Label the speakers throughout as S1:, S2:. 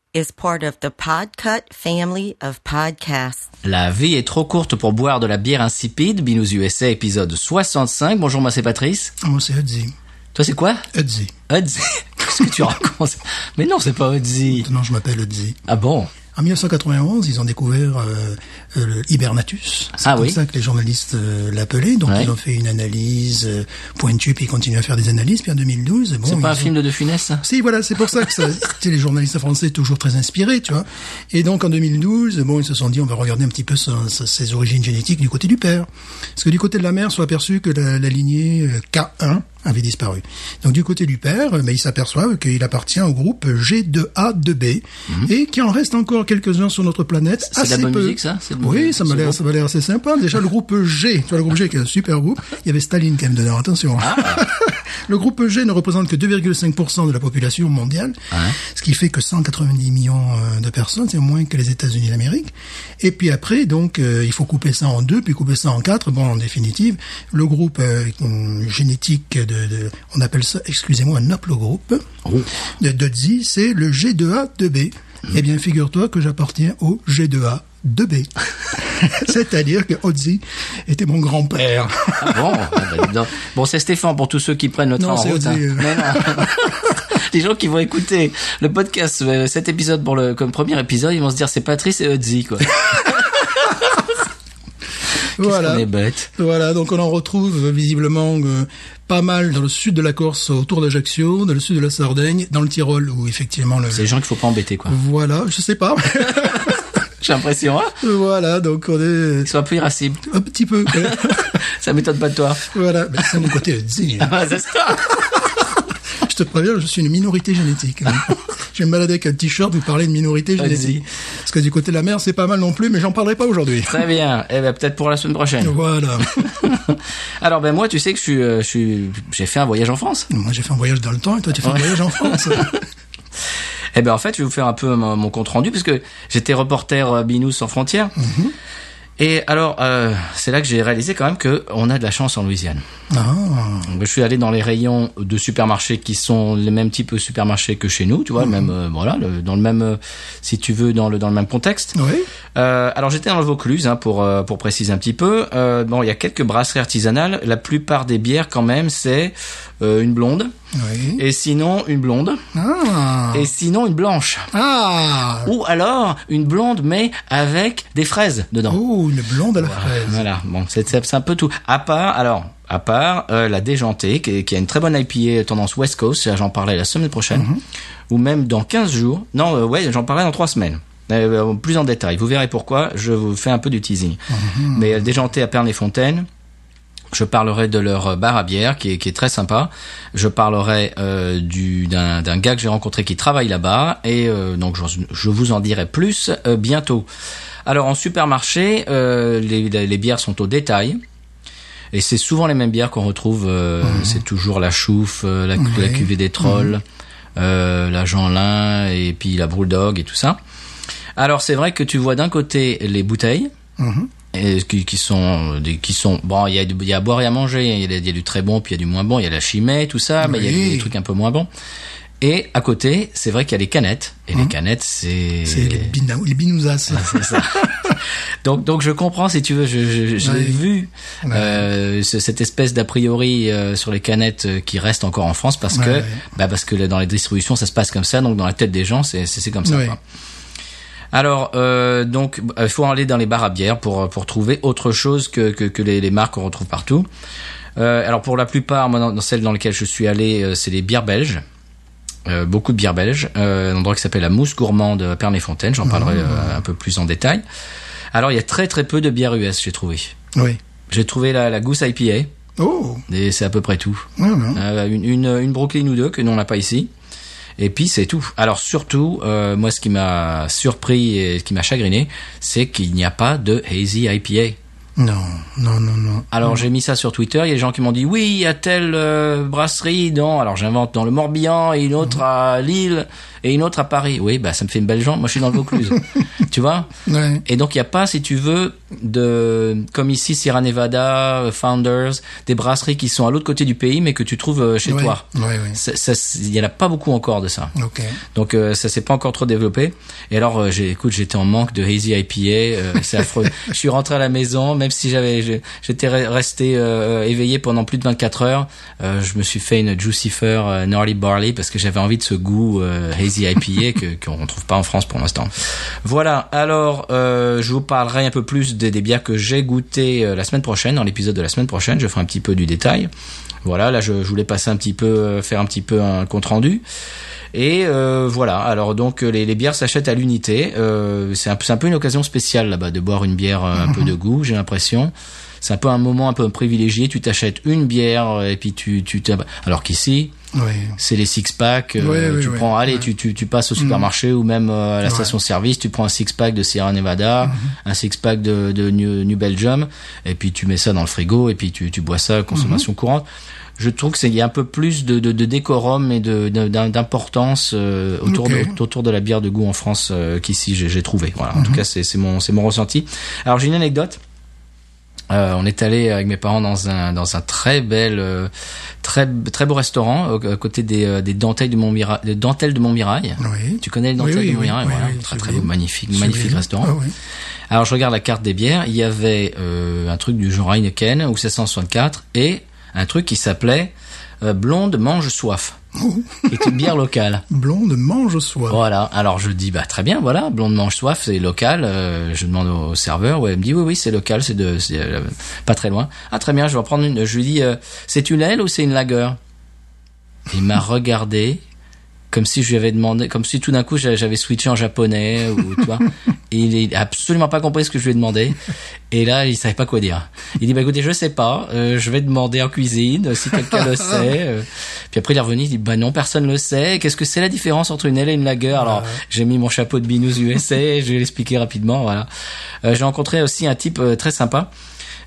S1: is part of the Podcut family of podcasts.
S2: La vie est trop courte pour boire de la bière insipide. Binous USA épisode 65. Bonjour, moi c'est Patrice.
S3: Moi, Oh, c'est Hudzi.
S2: Toi c'est quoi
S3: Hudzi.
S2: Hudzi Qu'est-ce que tu racontes Mais non, c'est pas Hudzi.
S3: Maintenant, je m'appelle Hudzi.
S2: Ah bon
S3: En 1991, ils ont découvert euh, euh, le Hibernatus. C'est
S2: Ah
S3: comme
S2: oui.
S3: ça que les journalistes euh, l'appelaient. Donc,
S2: Ouais.
S3: ils ont fait une analyse euh, pointue, puis ils continuent à faire des analyses. Puis en 2012, bon,
S2: C'est
S3: ils
S2: pas un
S3: ont-
S2: film de De Funès ça
S3: Si, voilà, c'est pour ça que ça, c'est les journalistes français toujours très inspirés, tu vois. Et donc, en 2012, bon, ils se sont dit, on va regarder un petit peu son- sa- ses origines génétiques du côté du père. Parce que du côté de la mère, soit aperçu que la, la lignée euh, K1 avait disparu. Donc, du côté du père, euh, ben, ils s'aperçoivent qu'il appartient au groupe G2A2B et qu'il en reste encore quelques-uns sur notre planète.
S2: Mhm. C'est de la
S3: assez
S2: bonne
S3: peu.
S2: musique, ça C'est-
S3: Oui, ça m'a
S2: c'est
S3: l'air,
S2: beau.
S3: ça m'a l'air assez sympa. Déjà, le groupe G, tu vois, le groupe G qui est un super groupe, il y avait Staline quand même dedans, attention. hein. le groupe G ne représente que 2,5% de la population mondiale, ce qui fait que 190 millions euh, de personnes, c'est moins que les États-Unis d'Amérique. Et puis après, donc, euh, il faut couper ça en deux, puis couper ça en quatre. Bon, en définitive, le groupe euh, qu'on- génétique de, de- on appelle ça, excusez-moi, un haplogroupe de Dodzi, c'est le G2A2B. Eh bien, figure-toi que j'appartiens au G2A2B. C'est-à-dire que Odzi était mon grand-père.
S2: Ah bon, ah bah, dis donc. bon c'est Stéphane pour tous ceux qui prennent le train
S3: Non,
S2: en
S3: c'est
S2: route.
S3: Audrey, euh.
S2: Non, non. Les gens qui vont écouter le podcast, euh, cet épisode pour le comme premier épisode, ils vont se dire c'est Patrice et Hudzy quoi. Qu'est-ce qu'on
S3: voilà.
S2: est bête.
S3: Voilà, donc on en retrouve euh, visiblement euh, pas mal dans le sud de la Corse, autour d'Ajaccio, dans le sud de la Sardaigne, dans le Tyrol, où effectivement le...
S2: C'est les gens qu'il faut pas embêter quoi.
S3: Voilà, je sais pas.
S2: J'ai l'impression hein,
S3: voilà, donc on
S2: qu'ils
S3: est
S2: sont un peu irascibles.
S3: un petit peu... euh,
S2: Ça m'étonne pas de toi.
S3: voilà, mais c'est mon côté Odzi. hein.
S2: Ah, c'est ça.
S3: Je te préviens, je suis une minorité génétique. hein. je vais me balader avec un t-shirt, vous parlez de minorité
S2: Vas-y.
S3: génétique. Parce que du côté de la mer, c'est pas mal non plus, mais j'en parlerai pas aujourd'hui.
S2: Très bien. Eh ben peut-être pour la semaine prochaine.
S3: Voilà.
S2: Alors ben moi tu sais que je suis, euh, je suis, j'ai fait un voyage en France.
S3: Moi, j'ai fait un voyage dans le temps et toi, tu fais un voyage en France.
S2: Eh ben en fait, je vais vous faire un peu mon, mon compte rendu parce que j'étais reporter euh, Binous sans frontières. Et alors, euh, c'est là que j'ai réalisé quand même que on a de la chance en Louisiane.
S3: Ah,
S2: Donc, je suis allé dans les rayons de supermarchés qui sont les mêmes types de supermarchés que chez nous, tu vois, le même euh, voilà, le- dans le même, euh, si tu veux, dans le dans le même contexte.
S3: oui.
S2: Euh, alors j'étais dans le Vaucluse hein, pour euh, pour préciser un petit peu. Euh, bon, il y a quelques brasseries artisanales. La plupart des bières quand même, c'est euh, une blonde
S3: Oui.
S2: et sinon une blonde
S3: Ah.
S2: et sinon une blanche.
S3: Ah.
S2: Ou alors une blonde mais avec des fraises dedans.
S3: Oh, une blonde à la fraise.
S2: Voilà, bon, c'est c'est- c'est un peu tout. À part, alors, à part euh, la déjantée, qui, est- qui a une très bonne IPA tendance West Coast, ça, j'en parlais la semaine prochaine, ou même dans 15 jours. Non, euh, ouais, j'en parlais dans 3 semaines. Euh, plus en détail, vous verrez pourquoi, je vous fais un peu du teasing. Mais euh, déjantée à Pernay-Fontaine, je parlerai de leur euh, bar à bière qui est, qui est très sympa. Je parlerai euh, du d'un d'un gars que j'ai rencontré qui travaille là-bas et euh, donc je, je vous en dirai plus euh, bientôt. Alors en supermarché, euh, les, les- les bières sont au détail. Et c'est souvent les mêmes bières qu'on retrouve. euh, C'est toujours la chouffe, euh, la, cu- la
S3: Mhm. Ouais. Mhm.
S2: cuvée des trolls, euh, la Jeanlin et puis la Brewdog et tout ça. Alors c'est vrai que tu vois d'un côté les bouteilles
S3: Mhm.
S2: et qui, qui sont euh, des- qui sont bon il y a du- il y a à boire et à manger il y, a, des- il y a du très bon puis il y a du moins bon il y a la chimée tout ça mais il y a
S3: Oui.
S2: des trucs un peu moins bons et à côté c'est vrai qu'il y a les canettes et les canettes c'est
S3: Mhm. C'est les, bina, les binousas.
S2: C'est ça. donc donc je comprends si tu veux je je- je l'ai
S3: Ouais.
S2: vu euh, ce- cette espèce d'a priori euh, sur les canettes euh, qui reste encore en France parce
S3: Ouais,
S2: que
S3: ouais.
S2: bah parce que là, dans les distributions ça se passe comme ça donc dans la tête des gens c'est c'est c'est comme ça
S3: Oui.
S2: quoi. Alors, euh, donc, il faut aller dans les bars à bière pour, euh, pour trouver autre chose que, que, que les, les marques qu'on retrouve partout. Euh, alors, pour la plupart, moi, dans, dans celles dans lesquelles je suis allé, euh, c'est les bières belges. Euh, beaucoup de bières belges. Euh, un endroit qui s'appelle la Mousse Gourmande à Pernay-Fontaine. J'en parlerai euh, un peu plus en détail. Alors, il y a très très peu de bières US, j'ai trouvé.
S3: Oui.
S2: J'ai trouvé la, la Goose IPA,
S3: Oh.
S2: et c'est à peu près tout.
S3: Ouais, ouais.
S2: Euh, une, une, une Brooklyn ou deux que nous on n'a pas ici. Et puis c'est tout. Alors surtout, euh, moi ce qui m'a surpris et ce qui m'a chagriné, c'est qu'il n'y a pas de hazy IPA.
S3: Non, non, non, non.
S2: Alors j'ai mis ça sur Twitter, il y a des gens qui m'ont dit oui, il y a telle euh, brasserie dans alors j'invente dans le Morbihan et une autre
S3: Mhm.
S2: à Lille et une autre à Paris. Oui, bah ça me fait une belle jambe, moi je suis dans le Vaucluse. tu vois
S3: Ouais.
S2: Et donc il n'y a pas si tu veux de comme ici Sierra Nevada, Founders, des brasseries qui sont à l'autre côté du pays mais que tu trouves euh, chez
S3: Ouais,
S2: toi.
S3: ouais, ouais.
S2: Ça- ça- Il n'y en a pas beaucoup encore de ça.
S3: Ok.
S2: Donc euh, ça s'est pas encore trop développé. Et alors, euh, j'ai, écoute, j'étais en manque de hazy IPA, euh, c'est affreux. je suis rentré à la maison, même si j'avais, je- j'étais re- resté euh, éveillé pendant plus de 24 heures. euh, je me suis fait une Jucifer euh, Gnarly Barley parce que j'avais envie de ce goût euh, hazy IPA que qu'on trouve pas en France pour l'instant. Voilà. Alors, euh, je vous parlerai un peu plus des, des bières que j'ai goûtées euh, la semaine prochaine, dans l'épisode de la semaine prochaine. Je ferai un petit peu du détail. Voilà, là je, je voulais passer un petit peu, euh, faire un petit peu un compte rendu. Et euh, voilà, alors donc euh, les, les bières s'achètent à l'unité. Euh, c'est un, c'est un peu une occasion spéciale là-bas de boire une bière euh, un peu de goût, j'ai l'impression. C'est un peu un moment un peu privilégié. Tu t'achètes une bière euh, et puis tu tu t'ab- alors qu'ici
S3: Ouais.
S2: c'est les six packs.
S3: Ouais, ouais,
S2: tu
S3: ouais,
S2: prends allez
S3: ouais. Mm.
S2: tu, tu tu passes au supermarché ou même euh, à la
S3: Ouais. Mm-hmm.
S2: station service tu prends un six pack de Sierra Nevada, un six pack de, de New, New Belgium et puis tu mets ça dans le frigo et puis tu tu bois ça à
S3: Mm-hmm.
S2: consommation courante. Je trouve que c'est il y a un peu plus de de, de décorum et de de- d'im- d'importance euh, autour
S3: Ok. Mm-hmm.
S2: de, autour de la bière de goût en France euh, qu'ici j'ai j'ai trouvé. Voilà. En tout cas, c'est c'est mon c'est mon ressenti. Alors j'ai une anecdote. Euh, on est allé avec mes parents dans un dans un très bel euh, très très beau restaurant euh, à côté des euh, des dentelles de Montmirail des dentelles de Montmirail.
S3: Oui.
S2: Tu connais les dentelles
S3: Oui, oui,
S2: de Montmirail
S3: oui,
S2: voilà.
S3: oui,
S2: très
S3: c'est
S2: très
S3: bien.
S2: beau, magnifique
S3: C'est
S2: magnifique
S3: bien.
S2: restaurant.
S3: Ah, ouais.
S2: Alors je regarde la carte des bières, il y avait euh, un truc du genre Heineken ou 764 et un truc qui s'appelait euh, Blonde mange soif.
S3: Oh.
S2: qui est une bière locale.
S3: Blonde mange soif.
S2: Voilà. Alors je dis bah très bien, voilà, blonde mange soif, c'est local. Euh, je demande au serveur, ouais, il me dit oui oui c'est local, c'est de c'est, euh, pas très loin. Ah très bien, je vais en prendre une. Je lui dis euh, c'est une aile ou c'est une lager Il m'a regardé comme si je lui avais demandé, comme si tout d'un coup j'a- j'avais switché en japonais ou tu vois. Et il a absolument pas compris ce que je lui ai demandé. Et là, il savait pas quoi dire. Il dit bah écoutez, je sais pas, euh, je vais demander en cuisine euh, si quelqu'un le sait. Euh, Puis après il est revenu, il dit bah non, personne le sait. Qu'est-ce que c'est la différence entre une aile et une lager Alors j'ai mis mon chapeau de binous USA, je vais l'expliquer rapidement. Voilà. Euh, j'ai rencontré aussi un type euh, très sympa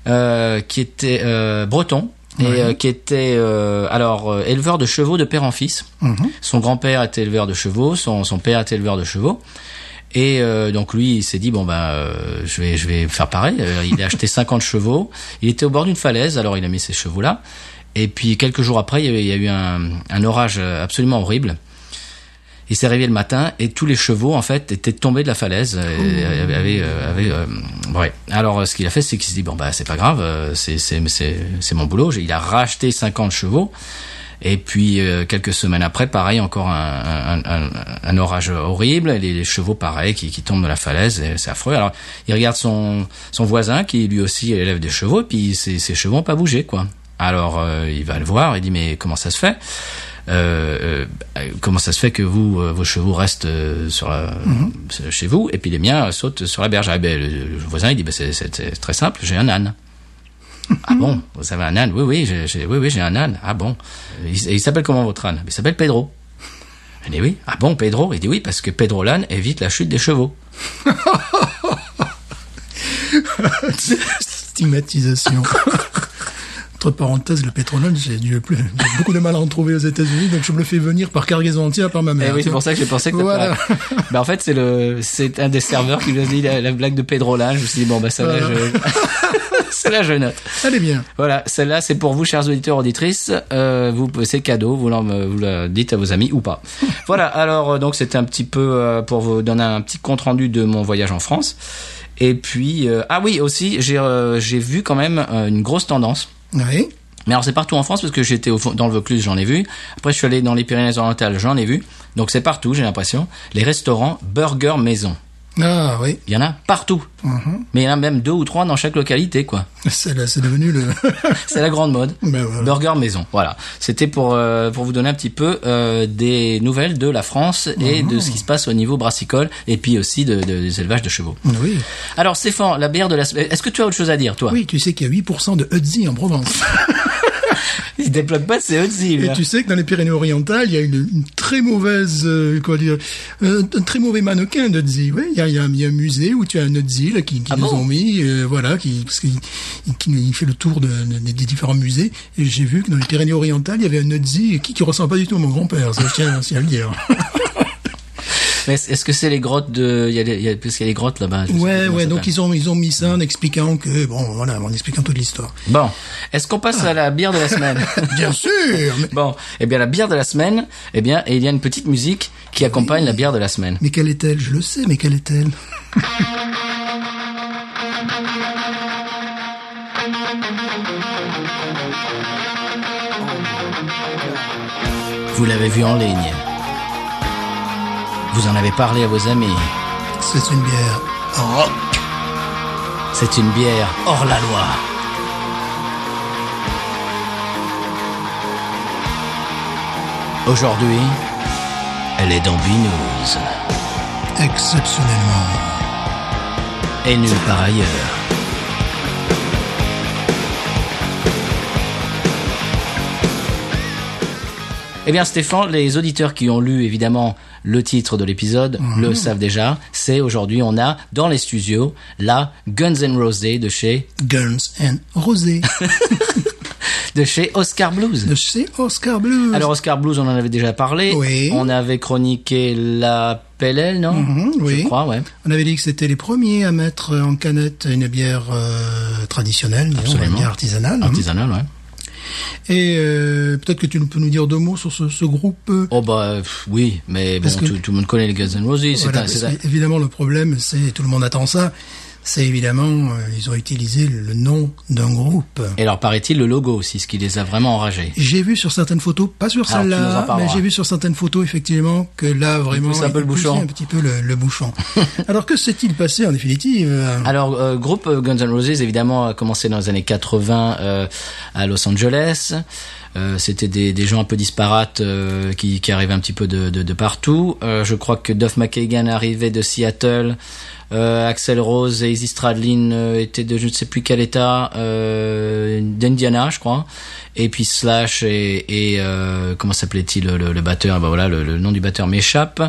S2: euh, qui était euh, breton et euh, qui était euh, alors euh, éleveur de chevaux de père en fils. Son grand-père était éleveur de chevaux, son, son père était éleveur de chevaux. Et euh, donc lui, il s'est dit bon bah euh, je vais je vais faire pareil. Euh, il a acheté 50 chevaux. Il était au bord d'une falaise, alors il a mis ses chevaux là. Et puis quelques jours après, il y a eu, il y a eu un, un orage euh, absolument horrible. Il s'est réveillé le matin et tous les chevaux en fait étaient tombés de la falaise. Et avaient, avaient, euh, avaient, euh, ouais. Alors euh, ce qu'il a fait, c'est qu'il s'est dit bon bah c'est pas grave, euh, c'est c'est c'est c'est mon boulot. J'ai- Il a racheté 50 chevaux. Et puis euh, quelques semaines après, pareil, encore un, un- un- un orage horrible. Les, les chevaux, pareil, qui, qui tombent de la falaise, et c'est affreux. Alors il regarde son, son voisin qui lui aussi élève des chevaux, et puis ses, ses chevaux n'ont pas bougé, quoi. Alors euh, il va le voir, il dit mais comment ça se fait euh, euh, comment ça se fait que vous, euh, vos chevaux restent euh, sur la, chez vous et puis les miens euh, sautent sur la berge Ah, ben, le, le voisin il dit ben, c'est- c'est c'est très simple, j'ai un âne. Ah bon, vous avez un âne Oui, oui, j'ai, j'ai- oui, oui, j'ai un âne. Ah bon. Il, il s'appelle comment votre âne Il s'appelle Pedro. Elle dit oui. Ah bon, Pedro Il dit oui, parce que Pedro l'âne évite la chute des chevaux.
S3: Stigmatisation. Entre parenthèses, le pétrole, j'ai dû plus, j'ai beaucoup de mal à en trouver aux États-Unis, donc je me le fais venir par cargaison entière par ma
S2: Eh
S3: mère.
S2: oui,
S3: tu
S2: c'est
S3: vois.
S2: pour ça que j'ai pensé que
S3: Voilà.
S2: t'as pas- Bah, en fait, c'est le, c'est un des serveurs qui nous a dit la, la blague de Pedro l'âne. Je me suis dit bon, bah, celle-là,
S3: Voilà.
S2: je, celle-là, je note.
S3: Allez bien.
S2: Voilà, celle-là, c'est pour vous, chers auditeurs, auditrices. Euh, vous, c'est cadeau, vous, l'en- vous le dites à vos amis ou pas. voilà, alors, euh, donc, c'était un petit peu euh, pour vous donner un petit compte-rendu de mon voyage en France. Et puis, euh, ah oui, aussi, j'ai euh, j'ai vu quand même euh, une grosse tendance.
S3: Oui.
S2: Mais alors c'est partout en France parce que j'étais au fond- dans le Vaucluse, j'en ai vu. Après je suis allé dans les Pyrénées-Orientales, j'en ai vu. Donc c'est partout, j'ai l'impression. Les restaurants burger maison,
S3: Ah oui.
S2: il y en a partout.
S3: Mhm.
S2: Mais il y en a même deux ou trois dans chaque localité, quoi.
S3: C'est là- c'est devenu le.
S2: C'est la grande mode.
S3: Ben voilà.
S2: Burger maison. Voilà. C'était pour euh, pour vous donner un petit peu euh, des nouvelles de la France et de ce qui se passe au niveau brassicole et puis aussi de, de- des élevages de chevaux.
S3: Oui.
S2: Alors Stéphane, la bière de la semaine. Est-ce que tu as autre chose à dire, toi
S3: Oui, tu sais qu'il y a 8% de Hudzi en Provence.
S2: Ils développent pas, c'est Ozzy.
S3: Et
S2: là.
S3: tu sais que dans les Pyrénées-Orientales, il y a une, une très mauvaise, euh, quoi dire, euh, un, très mauvais mannequin d'Odzi. Oui, il y a, il y a un- il y a un musée où tu as un Odzi là, qui, qui
S2: Ah
S3: nous
S2: bon
S3: ont mis, euh, voilà, qui, parce qu'il qui- il fait le tour de- de- des différents musées. Et j'ai vu que dans les Pyrénées-Orientales, il y avait un Odzi qui, qui ressemble pas du tout à mon grand-père. Ça, je tiens aussi à le dire.
S2: Mais est- est-ce que c'est les grottes de. Il y a, les- il y a- parce qu'il y a les grottes là-bas. je sais plus
S3: ouais,
S2: comment
S3: ouais.
S2: ça
S3: Donc
S2: s'appelle.
S3: ils ont, ils ont mis ça en expliquant que, bon, voilà, en expliquant toute l'histoire.
S2: Bon, est-ce qu'on passe à la bière de la semaine
S3: Bien sûr. mais-
S2: Bon, eh bien la bière de la semaine, eh bien il y a une petite musique qui accompagne la bière de la semaine.
S3: Mais quelle est-elle Je le sais, mais quelle est-elle
S2: Vous l'avez vue en ligne. Vous en avez parlé à vos amis.
S3: C'est une bière rock.
S2: C'est une bière hors la loi. Aujourd'hui, elle est dans Binouze
S3: Exceptionnellement.
S2: et nulle part ailleurs. Eh bien Stéphane, les auditeurs qui ont lu évidemment le titre de l'épisode le savent déjà, c'est aujourd'hui on a dans les studios la Guns N' Roses de chez
S3: Guns and Rosé
S2: de chez Oscar Blues.
S3: de chez Oscar Blues.
S2: Alors Oscar Blues, on en avait déjà parlé.
S3: Mmh. Oui.
S2: On avait chroniqué la PLL, non
S3: Mhm, oui.
S2: Je crois, ouais.
S3: on avait dit que c'était les premiers à mettre en canette une bière euh, traditionnelle, disons,
S2: Absolument.
S3: une bière artisanale. hein.
S2: Artisanal, ouais.
S3: Et euh, peut-être que tu peux nous dire deux mots sur ce, ce groupe. euh,
S2: Oh bah euh, pff, oui, mais bon,
S3: Parce que-
S2: tout, tout le monde connaît les Guns N' Roses. c'est
S3: voilà,
S2: un- c'est
S3: parce que, Évidemment, le problème, c'est tout le monde attend ça. C'est évidemment, euh, ils ont utilisé le nom d'un groupe.
S2: un- Et alors paraît-il le logo aussi, ce qui les a vraiment enragés.
S3: J'ai vu sur certaines photos, pas sur
S2: Alors, tu nous en
S3: celle-là, mais
S2: parleras.
S3: j'ai vu sur certaines photos effectivement que là vraiment
S2: poussent un peu le
S3: il poussait
S2: bouchon.
S3: un petit peu le, le bouchon. Alors que s'est-il passé en définitive euh,
S2: Alors, euh, groupe euh, Guns N' Roses, évidemment, a commencé dans les années 80 euh, à Los Angeles. Euh, C'était des, des gens un peu disparates euh, qui, qui arrivaient un petit peu de, de, de partout. Euh, je crois que Duff McKagan arrivait de Seattle. Euh, Axel Rose et Izzy Stradlin euh, étaient de je ne sais plus quel état, euh, d'Indiana, je crois. Et puis Slash et, et euh, comment s'appelait-il le, le batteur Bah voilà, le, le nom du batteur m'échappe.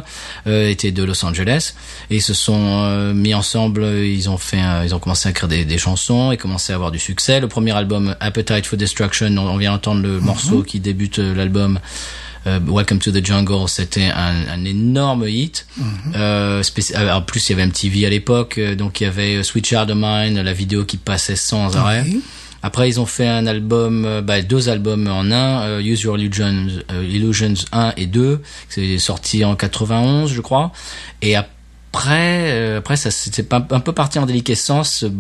S2: Euh, étaient de Los Angeles et ils se sont euh, mis ensemble. euh, Ils ont fait, un- ils ont commencé à créer des, des chansons et commencé à avoir du succès. Le premier album Appetite for Destruction, on, on vient d'entendre le morceau qui débute euh, l'album. Euh, Welcome to the Jungle, c'était un, un énorme hit. Euh, spéci- ah, en plus, il y avait MTV à l'époque, euh, donc il y avait euh, Sweet Child of Mine, la vidéo qui passait sans arrêt. Après, ils ont fait un album, euh, bah, deux albums en un, euh, Use Your Illusions, euh, Illusions 1 et 2, c'est sorti en 91, je crois. Et après, euh, après ça c'était un, un peu parti en déliquescence. euh,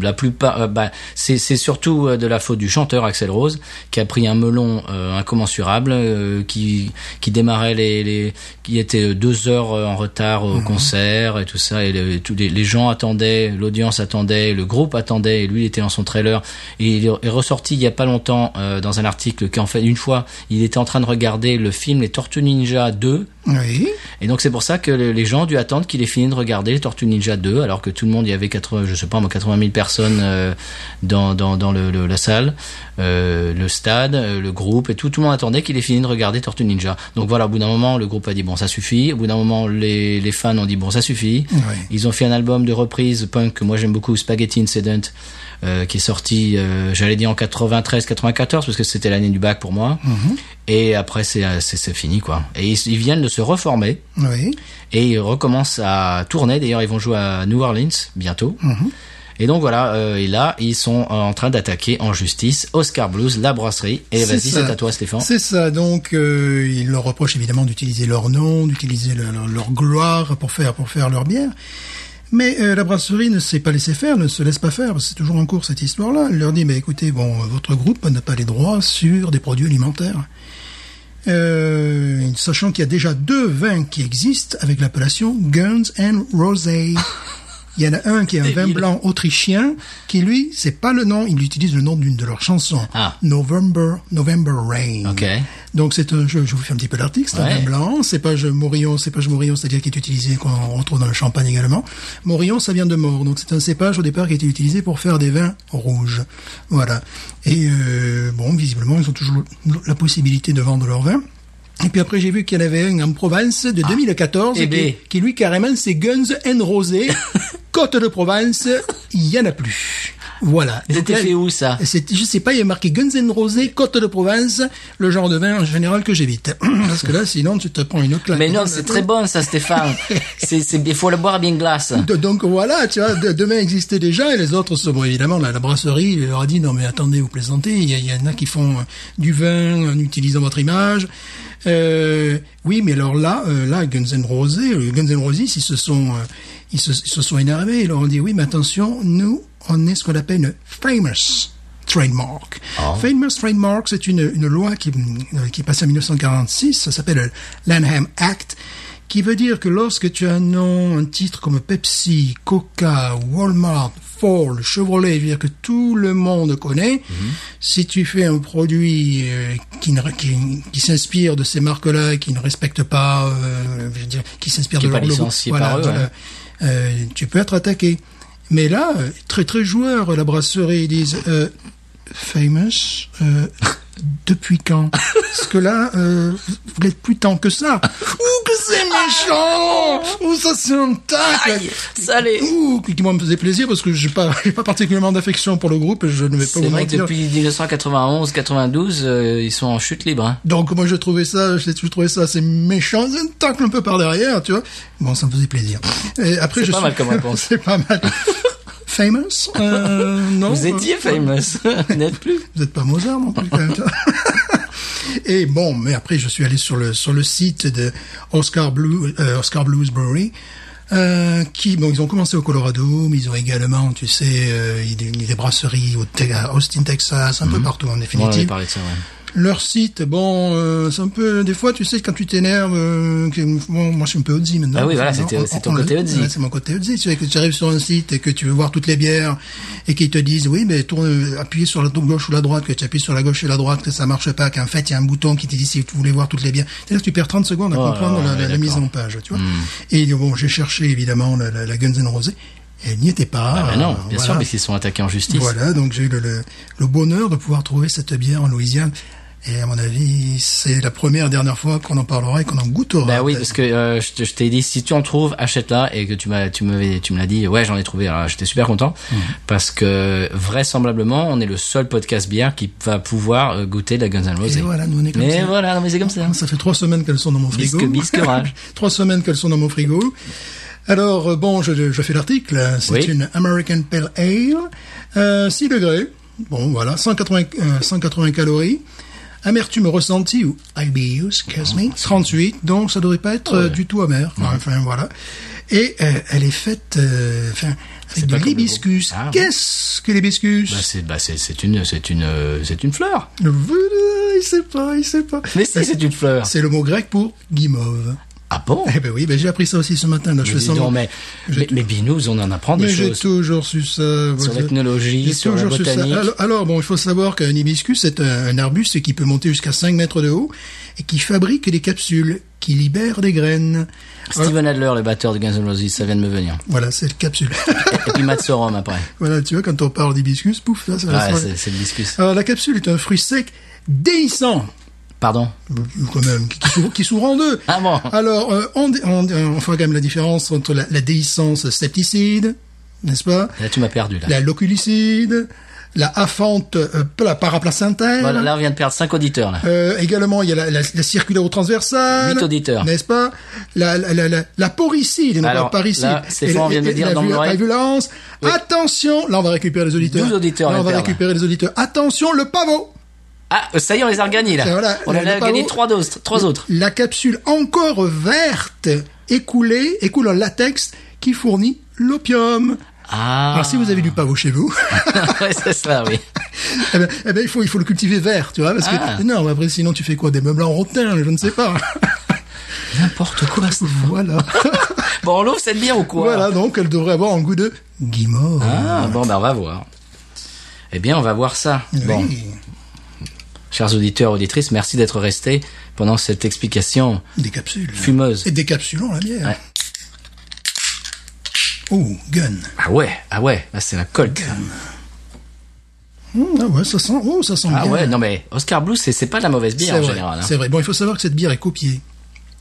S2: La plupart, euh, bah, c'est c'est surtout euh, de la faute du chanteur Axel Rose qui a pris un melon euh, incommensurable, euh, qui qui démarrait les, les qui était deux heures euh, en retard au concert et tout ça. Et le- tous les, les gens attendaient, l'audience attendait, le groupe attendait. Et lui, il était dans son trailer. Et il est ressorti il y a pas longtemps euh, dans un article qu'en fait une fois, il était en train de regarder le film Les Tortues Ninja 2
S3: Oui.
S2: et donc c'est pour ça que le- les gens ont dû attendre qu'il ait fini de regarder les Tortues Ninja 2, alors que tout le monde, il y avait 80, je sais pas, moi, 80 000 personnes euh, dans, dans, dans le, le- la salle, euh, le stade, euh, le groupe, et tout, tout le monde attendait qu'il ait fini de regarder Tortues Ninja. Donc voilà, au bout d'un moment, le groupe a dit bon, ça suffit. Au bout d'un moment, les, les fans ont dit bon, ça suffit.
S3: Oui.
S2: Ils ont fait un album de reprise punk que moi j'aime beaucoup, Spaghetti Incident, euh, qui est sorti, euh, j'allais dire en 93-94, parce que c'était l'année du bac pour moi. Et après, c'est euh, c'est- c'est fini, quoi. Et ils, ils viennent de se reformer.
S3: Oui.
S2: Et ils recommencent à tourner. D'ailleurs, ils vont jouer à New Orleans bientôt.
S3: Mhm.
S2: Et donc voilà, euh, et là, ils sont en train d'attaquer en justice Oscar Blues, la brasserie. Et
S3: C'est
S2: Eh, vas-y,
S3: ça.
S2: c'est à toi, Stéphane.
S3: C'est ça. Donc euh, ils leur reprochent évidemment d'utiliser leur nom, d'utiliser leur, leur- leur gloire pour faire pour faire leur bière. Mais euh, la brasserie ne s'est pas laissée faire, ne se laisse pas faire. parce que C'est toujours en cours cette histoire-là. Elle leur dit, mais écoutez, bon, votre groupe n'a pas les droits sur des produits alimentaires. Euh, sachant qu'il y a déjà deux vins qui existent avec l'appellation Guns and Rosé. Il y en a un qui est un vin
S2: Débile.
S3: blanc autrichien, qui lui, c'est pas le nom, il utilise le nom d'une de leurs chansons.
S2: Ah.
S3: November, November Rain.
S2: Ok.
S3: Donc c'est un jeu, je vous fais un petit peu l'article, c'est un
S2: Ouais.
S3: vin blanc, cépage Morillon, cépage Morillon, c'est-à-dire qui est utilisé, qu'on retrouve dans le champagne également. Morillon, ça vient de mort, donc c'est un cépage au départ qui a été utilisé pour faire des vins rouges. Voilà. Et euh, bon, visiblement, ils ont toujours la possibilité de vendre leur vin. Et puis après, j'ai vu qu'il y en avait un en Provence de 2014
S2: Eh
S3: et
S2: ben.
S3: qui, qui, lui, carrément, c'est Guns N' Rosé, Côte de Provence, il y en a plus. Voilà. Et donc
S2: C'était
S3: là,
S2: fait où, ça
S3: c'est- je sais pas, il est marqué Guns N' Rosé, Côte de Provence, le genre de vin en général que j'évite. Parce que là, sinon, tu te prends une autre claque.
S2: Mais non, c'est très bon ça, Stéphane. c'est, c'est, il faut le boire bien glace.
S3: De- donc voilà, tu vois, de- demain existait déjà et les autres se bon évidemment la, la brasserie leur a dit non mais attendez vous plaisantez, il y, a- il y en a qui font euh, du vin en utilisant votre image. Euh, oui mais alors là euh, là Guns N' Roses, euh, Guns N' Roses ils se sont euh, ils, se, ils se sont énervés ils leur ont dit oui mais attention nous on est ce qu'on appelle une famous trademark.
S2: Ah.
S3: Famous trademark c'est une, une loi qui euh, qui est passée en 1946, ça s'appelle le Lanham Act qui veut dire que lorsque tu as un nom, un titre comme Pepsi, Coca, Walmart, Ford, Chevrolet, je veux dire que tout le monde connaît,
S2: Mhm.
S3: si tu fais un produit euh, qui, ne- qui, qui s'inspire de ces marques-là, et qui ne respecte pas, euh, je veux dire, qui s'inspire
S2: Qui
S3: de
S2: est
S3: leur
S2: pas
S3: logo,
S2: licencié par eux,
S3: de la-
S2: ouais.
S3: euh, tu peux être attaqué. Mais là, euh, très très joueur, la brasserie, ils disent euh, famous. euh, depuis quand Parce que là, euh, vous n'êtes plus tant que ça. Ouh, que c'est méchant Ouh, ça c'est un tacle
S2: salé.
S3: Ouh, qui moi me faisait plaisir parce que j'ai pas, j'ai pas particulièrement d'affection pour le groupe. et Je ne vais pas
S2: C'est
S3: vous
S2: vrai que
S3: mentir.
S2: depuis 1991-92, euh, ils sont en chute libre. hein.
S3: Donc moi je trouvais ça, je, je trouvais ça assez méchant, c'est une tacle un peu par derrière, tu vois. Bon, ça me faisait plaisir. Et après,
S2: C'est
S3: je
S2: pas
S3: suis-
S2: mal comme réponse.
S3: c'est pas mal. famous euh, Non.
S2: Vous étiez
S3: euh,
S2: famous, vous n'êtes plus.
S3: Vous n'êtes pas Mozart non plus. quand même. Et bon, mais après, je suis allé sur le sur le site de Oscar Blue, euh, Oscar Blues Brewery. Euh, qui bon ils ont commencé au Colorado mais ils ont également tu sais euh, il y a des, des brasseries au Te- à Austin Texas un peu partout en
S2: On avait
S3: définitive
S2: parlé de ça, Mhm. ouais.
S3: leur site bon euh, c'est un peu des fois tu sais quand tu t'énerves euh, que- bon, moi je suis un peu Odzi maintenant
S2: Ah oui, voilà, c'était-
S3: On-
S2: c'est
S3: on-
S2: ton
S3: on le-
S2: côté Odzi.
S3: Ouais, c'est mon côté Odzi tu sais que tu arrives sur un site et que tu veux voir toutes les bières et qu'ils te disent oui mais tourne appuyez sur la gauche ou la droite que tu appuies sur la gauche et la droite que ça marche pas qu'en fait il y a un bouton qui te dit si tu voulais voir toutes les bières c'est-à-dire que tu perds 30 secondes à
S2: Oh là
S3: comprendre
S2: là,
S3: la,
S2: ouais,
S3: la- la
S2: d'accord. Hmm.
S3: mise en page tu vois et bon j'ai cherché évidemment la, la, la Guns N' Roses et elle n'y était pas
S2: Ah, bah non, bien
S3: euh,
S2: sûr,
S3: voilà.
S2: mais s'ils sont attaqués en justice.
S3: Voilà, donc j'ai eu le, le, le bonheur de pouvoir trouver cette bière en Louisiane. Et à mon avis, c'est la première et dernière fois qu'on en parlera et qu'on en goûtera.
S2: Bah oui, parce que euh, je te- je t'ai dit si tu en trouves, achète-la et que tu m'as tu m'avais tu me l'as dit. Ouais, j'en ai trouvé. Alors j'étais super content
S3: Mmh.
S2: parce que vraisemblablement, on est le seul podcast bière qui va pouvoir euh, goûter de la Guns N' Roses.
S3: Et voilà, nous on est comme
S2: mais
S3: ça.
S2: voilà, non, mais c'est comme ça.
S3: Hein, Ça fait trois semaines qu'elles sont dans mon frigo.
S2: Bisque- bisquerage.
S3: trois semaines qu'elles sont dans mon frigo. Alors, euh, bon, je, je fais l'article. C'est
S2: Oui.
S3: une American Pale Ale. Euh, 6 degrés. Bon, voilà. 180, euh, 180 calories. Amertume ressentie, ou IBUs, excuse me, 38. Donc, ça devrait pas être
S2: Oh,
S3: euh, du tout amer. Enfin, voilà. Et euh, elle est faite, euh, enfin, avec de
S2: pas comme le gros.
S3: l'hibiscus.
S2: Ah, ouais.
S3: Qu'est-ce que l'hibiscus
S2: Bah, c'est bah, c'est c'est une c'est une euh, c'est une fleur.
S3: Voilà, Il sait pas, il sait pas. Euh,
S2: Mais si c'est une fleur.
S3: C'est le mot grec pour guimauve.
S2: Ah bon
S3: Eh ben oui, ben j'ai appris ça aussi ce matin. Là, je
S2: Mais
S3: fais
S2: dis
S3: semblant.
S2: donc, mais,
S3: Je-
S2: mais, mais Binous, on en apprend
S3: Mais
S2: des
S3: j'ai
S2: choses.
S3: toujours su ça.
S2: Sur l'ethnologie,
S3: J'ai
S2: sur la
S3: toujours su ça.
S2: botanique.
S3: Alors, alors, bon, il faut savoir qu'un hibiscus, c'est un, un arbuste qui peut monter jusqu'à 5 mètres de haut et qui fabrique des capsules qui libèrent des graines. Alors,
S2: Steven Adler, le batteur de Guns N' Roses, ça vient de me venir.
S3: voilà, c'est le capsule.
S2: Et puis Matt Sorum après.
S3: voilà, tu vois, quand on parle d'hibiscus, pouf, là, ça
S2: Ah,
S3: ça-
S2: c'est c'est le discus.
S3: Alors, la capsule est un fruit sec déhiscent.
S2: Pardon.
S3: Euh, quand même, qui, qui s'ouvre- qui s'ouvre en deux.
S2: Ah bon
S3: Alors, euh, on, dé- on, euh, on fera quand même la différence entre la, la déhiscence septicide, n'est-ce pas
S2: Là, tu m'as perdu là.
S3: La loculicide, la aphante euh, la paraplacentaire.
S2: Voilà, là, on vient de perdre 5 auditeurs là.
S3: Euh, également, il y a la, la, la transversale.
S2: Huit auditeurs.
S3: N'est-ce pas la, la, la, la, la poricide, et non
S2: Alors,
S3: pas paricide.
S2: là, Stéphane
S3: Et la-
S2: vient de
S3: et
S2: dire
S3: la,
S2: dans
S3: vu-
S2: l'oreille.
S3: la violence. Attention Là, on va récupérer les auditeurs.
S2: Douze auditeurs,
S3: Là, on
S2: on
S3: va
S2: perd, là.
S3: récupérer les auditeurs. Attention, le pavot
S2: Ah, ça y est, on les a regagnés là.
S3: Et voilà,
S2: on en
S3: le- le
S2: a gagné
S3: pavot-
S2: trois d'autres, trois autres.
S3: La capsule encore verte, écoulée, écoule en latex, qui fournit l'opium.
S2: Ah,
S3: Alors, si vous avez du pavot chez vous,
S2: ouais, c'est ça, oui.
S3: eh ben, eh ben, il faut, il faut le cultiver vert, tu vois, parce
S2: Ah.
S3: que, non, mais après, sinon, tu fais quoi? Des meubles en rotin, je ne sais pas.
S2: N'importe quoi.
S3: voilà.
S2: Bon, on l'ouvre cette bière ou quoi
S3: Voilà, donc elle devrait avoir un goût de guimauve.
S2: Ah, bon, ben on va voir. Eh bien, on va voir ça.
S3: Oui.
S2: Bon, chers auditeurs, auditrices, merci d'être restés pendant cette explication.
S3: Des capsules.
S2: Fumeuse.
S3: Et décapsulons la bière.
S2: Ouais.
S3: Oh, gun.
S2: Ah ouais, ah ouais, là, c'est la colt.
S3: Mmh, ah ouais, ça sent, oh, ça sent
S2: Ah
S3: bien.
S2: ouais, non mais Oscar Blues, c'est, c'est pas de la mauvaise
S3: C'est
S2: bière en
S3: vrai,
S2: général. hein.
S3: C'est vrai. Bon, il faut savoir que cette bière est copiée.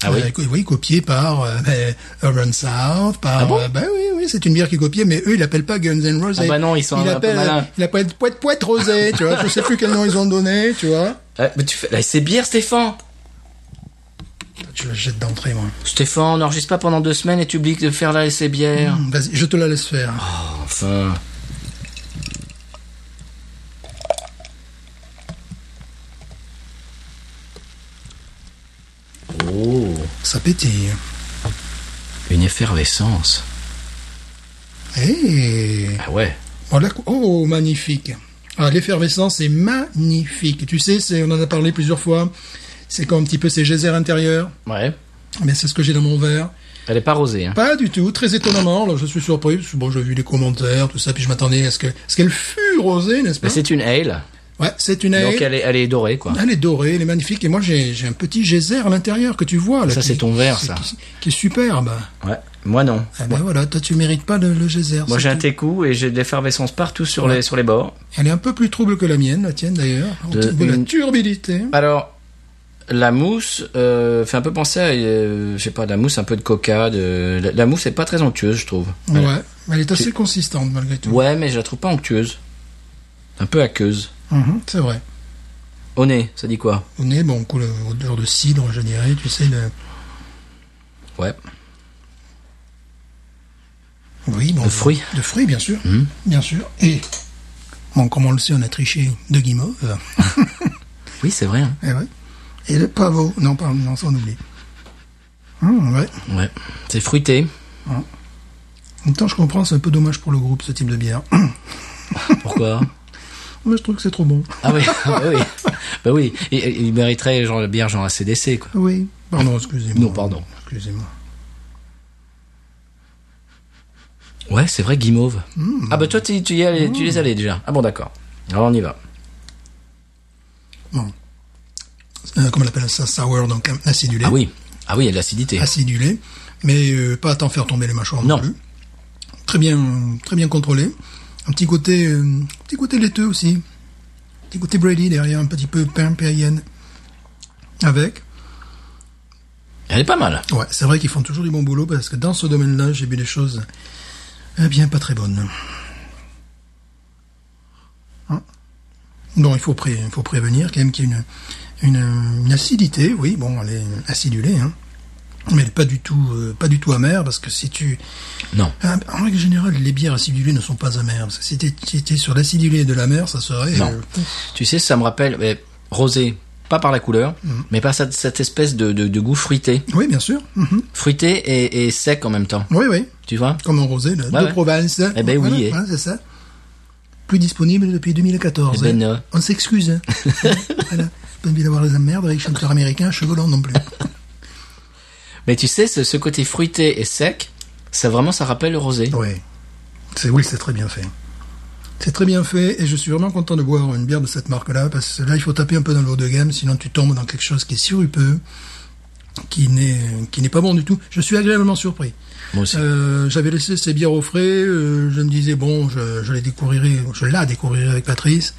S2: Ah oui
S3: Euh, co- Oui, copiée par euh, ben, Urban South, par...
S2: Ah bon
S3: euh, ben oui, oui, c'est une bière qui est copiée, mais eux, ils l'appellent pas Guns N' Roses.
S2: Ah bah non, ils sont
S3: ils
S2: un peu
S3: l'appellent,
S2: malins.
S3: Ils l'appellent Poète Poète Rosé, tu vois. Je sais plus quel nom ils ont donné, tu vois.
S2: Euh, mais tu fais... là, c'est bière, Stéphane
S3: Je la jette d'entrée, moi.
S2: Stéphane, on n'enregistre pas pendant deux semaines et tu oublies de faire la essai bière.
S3: Hum, Vas-y, je te la laisse faire.
S2: Enfin. Oh,
S3: Ça pétille.
S2: une effervescence.
S3: Eh.
S2: Ah ouais.
S3: Bon, là, oh, magnifique. Ah, l'effervescence est magnifique. Tu sais, c'est, on en a parlé plusieurs fois. C'est comme un petit peu ces geysers intérieurs.
S2: Ouais.
S3: Mais c'est ce que j'ai dans mon verre.
S2: Elle est pas rosée, hein.
S3: Pas du tout, très étonnamment. Alors, je suis surpris parce que bon, j'ai vu les commentaires, tout ça, puis je m'attendais à ce que, ce qu'elle fût rosée, n'est-ce pas
S2: Mais c'est une ale.
S3: Ouais, c'est une ale.
S2: Donc elle est, elle est dorée, quoi.
S3: Elle est dorée, elle est magnifique. Et moi, j'ai, j'ai un petit geyser à l'intérieur que tu vois. Là,
S2: Ça,
S3: qui-
S2: c'est ton verre,
S3: qui-
S2: ça.
S3: Qui, qui est superbe.
S2: Ouais. Moi, non.
S3: Ah ben voilà, toi, tu mérites pas le, le geyser.
S2: Moi,
S3: c'est
S2: j'ai un
S3: tout.
S2: técou et j'ai de l'effervescence partout sur, les, sur les bords.
S3: Elle est un peu plus trouble que la mienne, la tienne d'ailleurs.
S2: De-
S3: De la
S2: une-
S3: turbidité.
S2: Alors, la mousse euh, fait un peu penser à, euh, je sais pas, de la mousse un peu de coca. De... La, la mousse est pas très onctueuse, je trouve.
S3: Ouais, elle est assez consistante malgré tout.
S2: Ouais, mais je la trouve pas onctueuse. Un peu aqueuse.
S3: Mhm, c'est vrai.
S2: Au nez, ça dit quoi
S3: On est bon, coule- odeur de cidre, je dirais. Tu sais, le...
S2: Ouais.
S3: oui, bon,
S2: De fruits. Hmm.
S3: De fruits, bien sûr, bien sûr. Et bon, comme on le sait, on a triché de guimauve.
S2: Oui, c'est vrai. hein.
S3: Eh ouais. Et le pavot. Non, pardon, non, ça on oublie. Hum, ouais.
S2: Ouais. C'est fruité.
S3: En même temps, je comprends, c'est un peu dommage pour le groupe ce type de bière.
S2: Pourquoi
S3: Mais je trouve que c'est trop bon.
S2: Ah oui, bah oui. Bah oui. Il, il mériterait genre la bière genre ACDC quoi.
S3: Oui. Pardon, excusez-moi.
S2: Non, pardon.
S3: Excusez-moi.
S2: Ouais, c'est vrai, guimauve. Ah bah toi, tu, tu y allais- tu les allais déjà. Ah bon, d'accord. Alors on y va.
S3: Bon. Euh, comment on appelle ça Sour, donc euh, acidulé.
S2: Ah oui. Ah oui, il y a de l'acidité.
S3: acidulé, mais euh, pas à t'en faire tomber les mâchoires non,
S2: Non.
S3: plus. Très bien, très bien contrôlé. Un petit côté, euh, petit côté laiteux aussi. Petit côté Brady derrière, un petit peu pain Perrienne avec.
S2: Elle est pas mal.
S3: Ouais, c'est vrai qu'ils font toujours du bon boulot parce que dans ce domaine-là, j'ai vu des choses eh bien pas très bonnes. Hein Bon, il faut, pré- il faut prévenir quand même qu'il y a une, une, une acidité, oui, bon, elle est acidulée, hein, mais elle est pas du tout, euh, pas du tout amère parce que si tu,
S2: Non.
S3: ah, En règle générale, les bières acidulées ne sont pas amères. Parce que si t'étais sur l'acidulé de la mer, ça serait...
S2: Non.
S3: euh,
S2: Tu sais, ça me rappelle mais, rosé, pas par la couleur, mais par cette, cette espèce de, de- de goût fruité,
S3: Oui, bien sûr. Mhm.
S2: fruité et, et sec en même temps.
S3: Oui, oui.
S2: Tu vois
S3: Comme en rosé, là,
S2: Ouais,
S3: de
S2: ouais.
S3: Provence.
S2: Eh ben oui,
S3: Voilà,
S2: eh.
S3: voilà, c'est ça. Plus disponible depuis 2014.
S2: Eh ben,
S3: hein.
S2: non.
S3: On s'excuse. voilà. Pas envie d'avoir des emmerdes avec chanteur américain, cheveux longs non plus.
S2: Mais tu sais, ce, ce côté fruité et sec, ça vraiment, ça rappelle le rosé.
S3: Oui. C'est oui, c'est très bien fait. C'est très bien fait et je suis vraiment content de boire une bière de cette marque-là parce que là, il faut taper un peu dans le haut de gamme, sinon tu tombes dans quelque chose qui est sirupeux, E, qui n'est qui n'est pas bon du tout. Je suis agréablement surpris.
S2: Moi aussi.
S3: Euh, J'avais laissé ces bières au frais. euh, je me disais bon, je, je les découvrirai, je la découvrirai avec Patrice.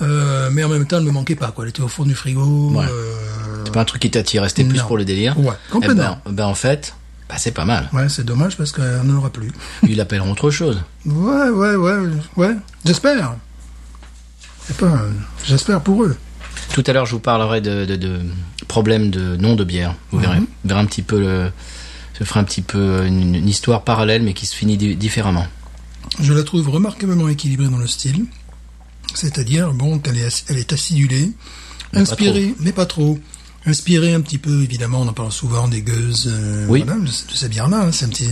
S3: Euh, mais en même temps, elle me manquait pas. Quoi. Elle était au fond du frigo.
S2: Ouais.
S3: euh,
S2: C'est pas un truc qui t'attire, c'était plus
S3: Non.
S2: pour le délire.
S3: Ouais, complètement.
S2: Eh ben, ben, en fait, bah, c'est pas mal.
S3: ouais, c'est dommage parce qu'on n'en aura plus.
S2: Ils l'appelleront autre chose.
S3: Ouais, ouais, ouais, ouais. J'espère. C'est pas. euh, J'espère pour eux.
S2: Tout à l'heure, je vous parlerai de, de, de problèmes de nom de bière. Vous
S3: Mhm.
S2: verrez. Vous verrez un petit peu le. Je ferai un petit peu une, une histoire parallèle, mais qui se finit di- différemment.
S3: Je la trouve remarquablement équilibrée dans le style. C'est-à-dire, bon, qu'elle est, ass- elle est acidulée,
S2: Mais pas
S3: inspirée, mais pas trop. Inspirée un petit peu, évidemment, on en parle souvent des gueuses, euh,
S2: Oui.
S3: voilà, de, de ces bières-là. hein, c'est un petit,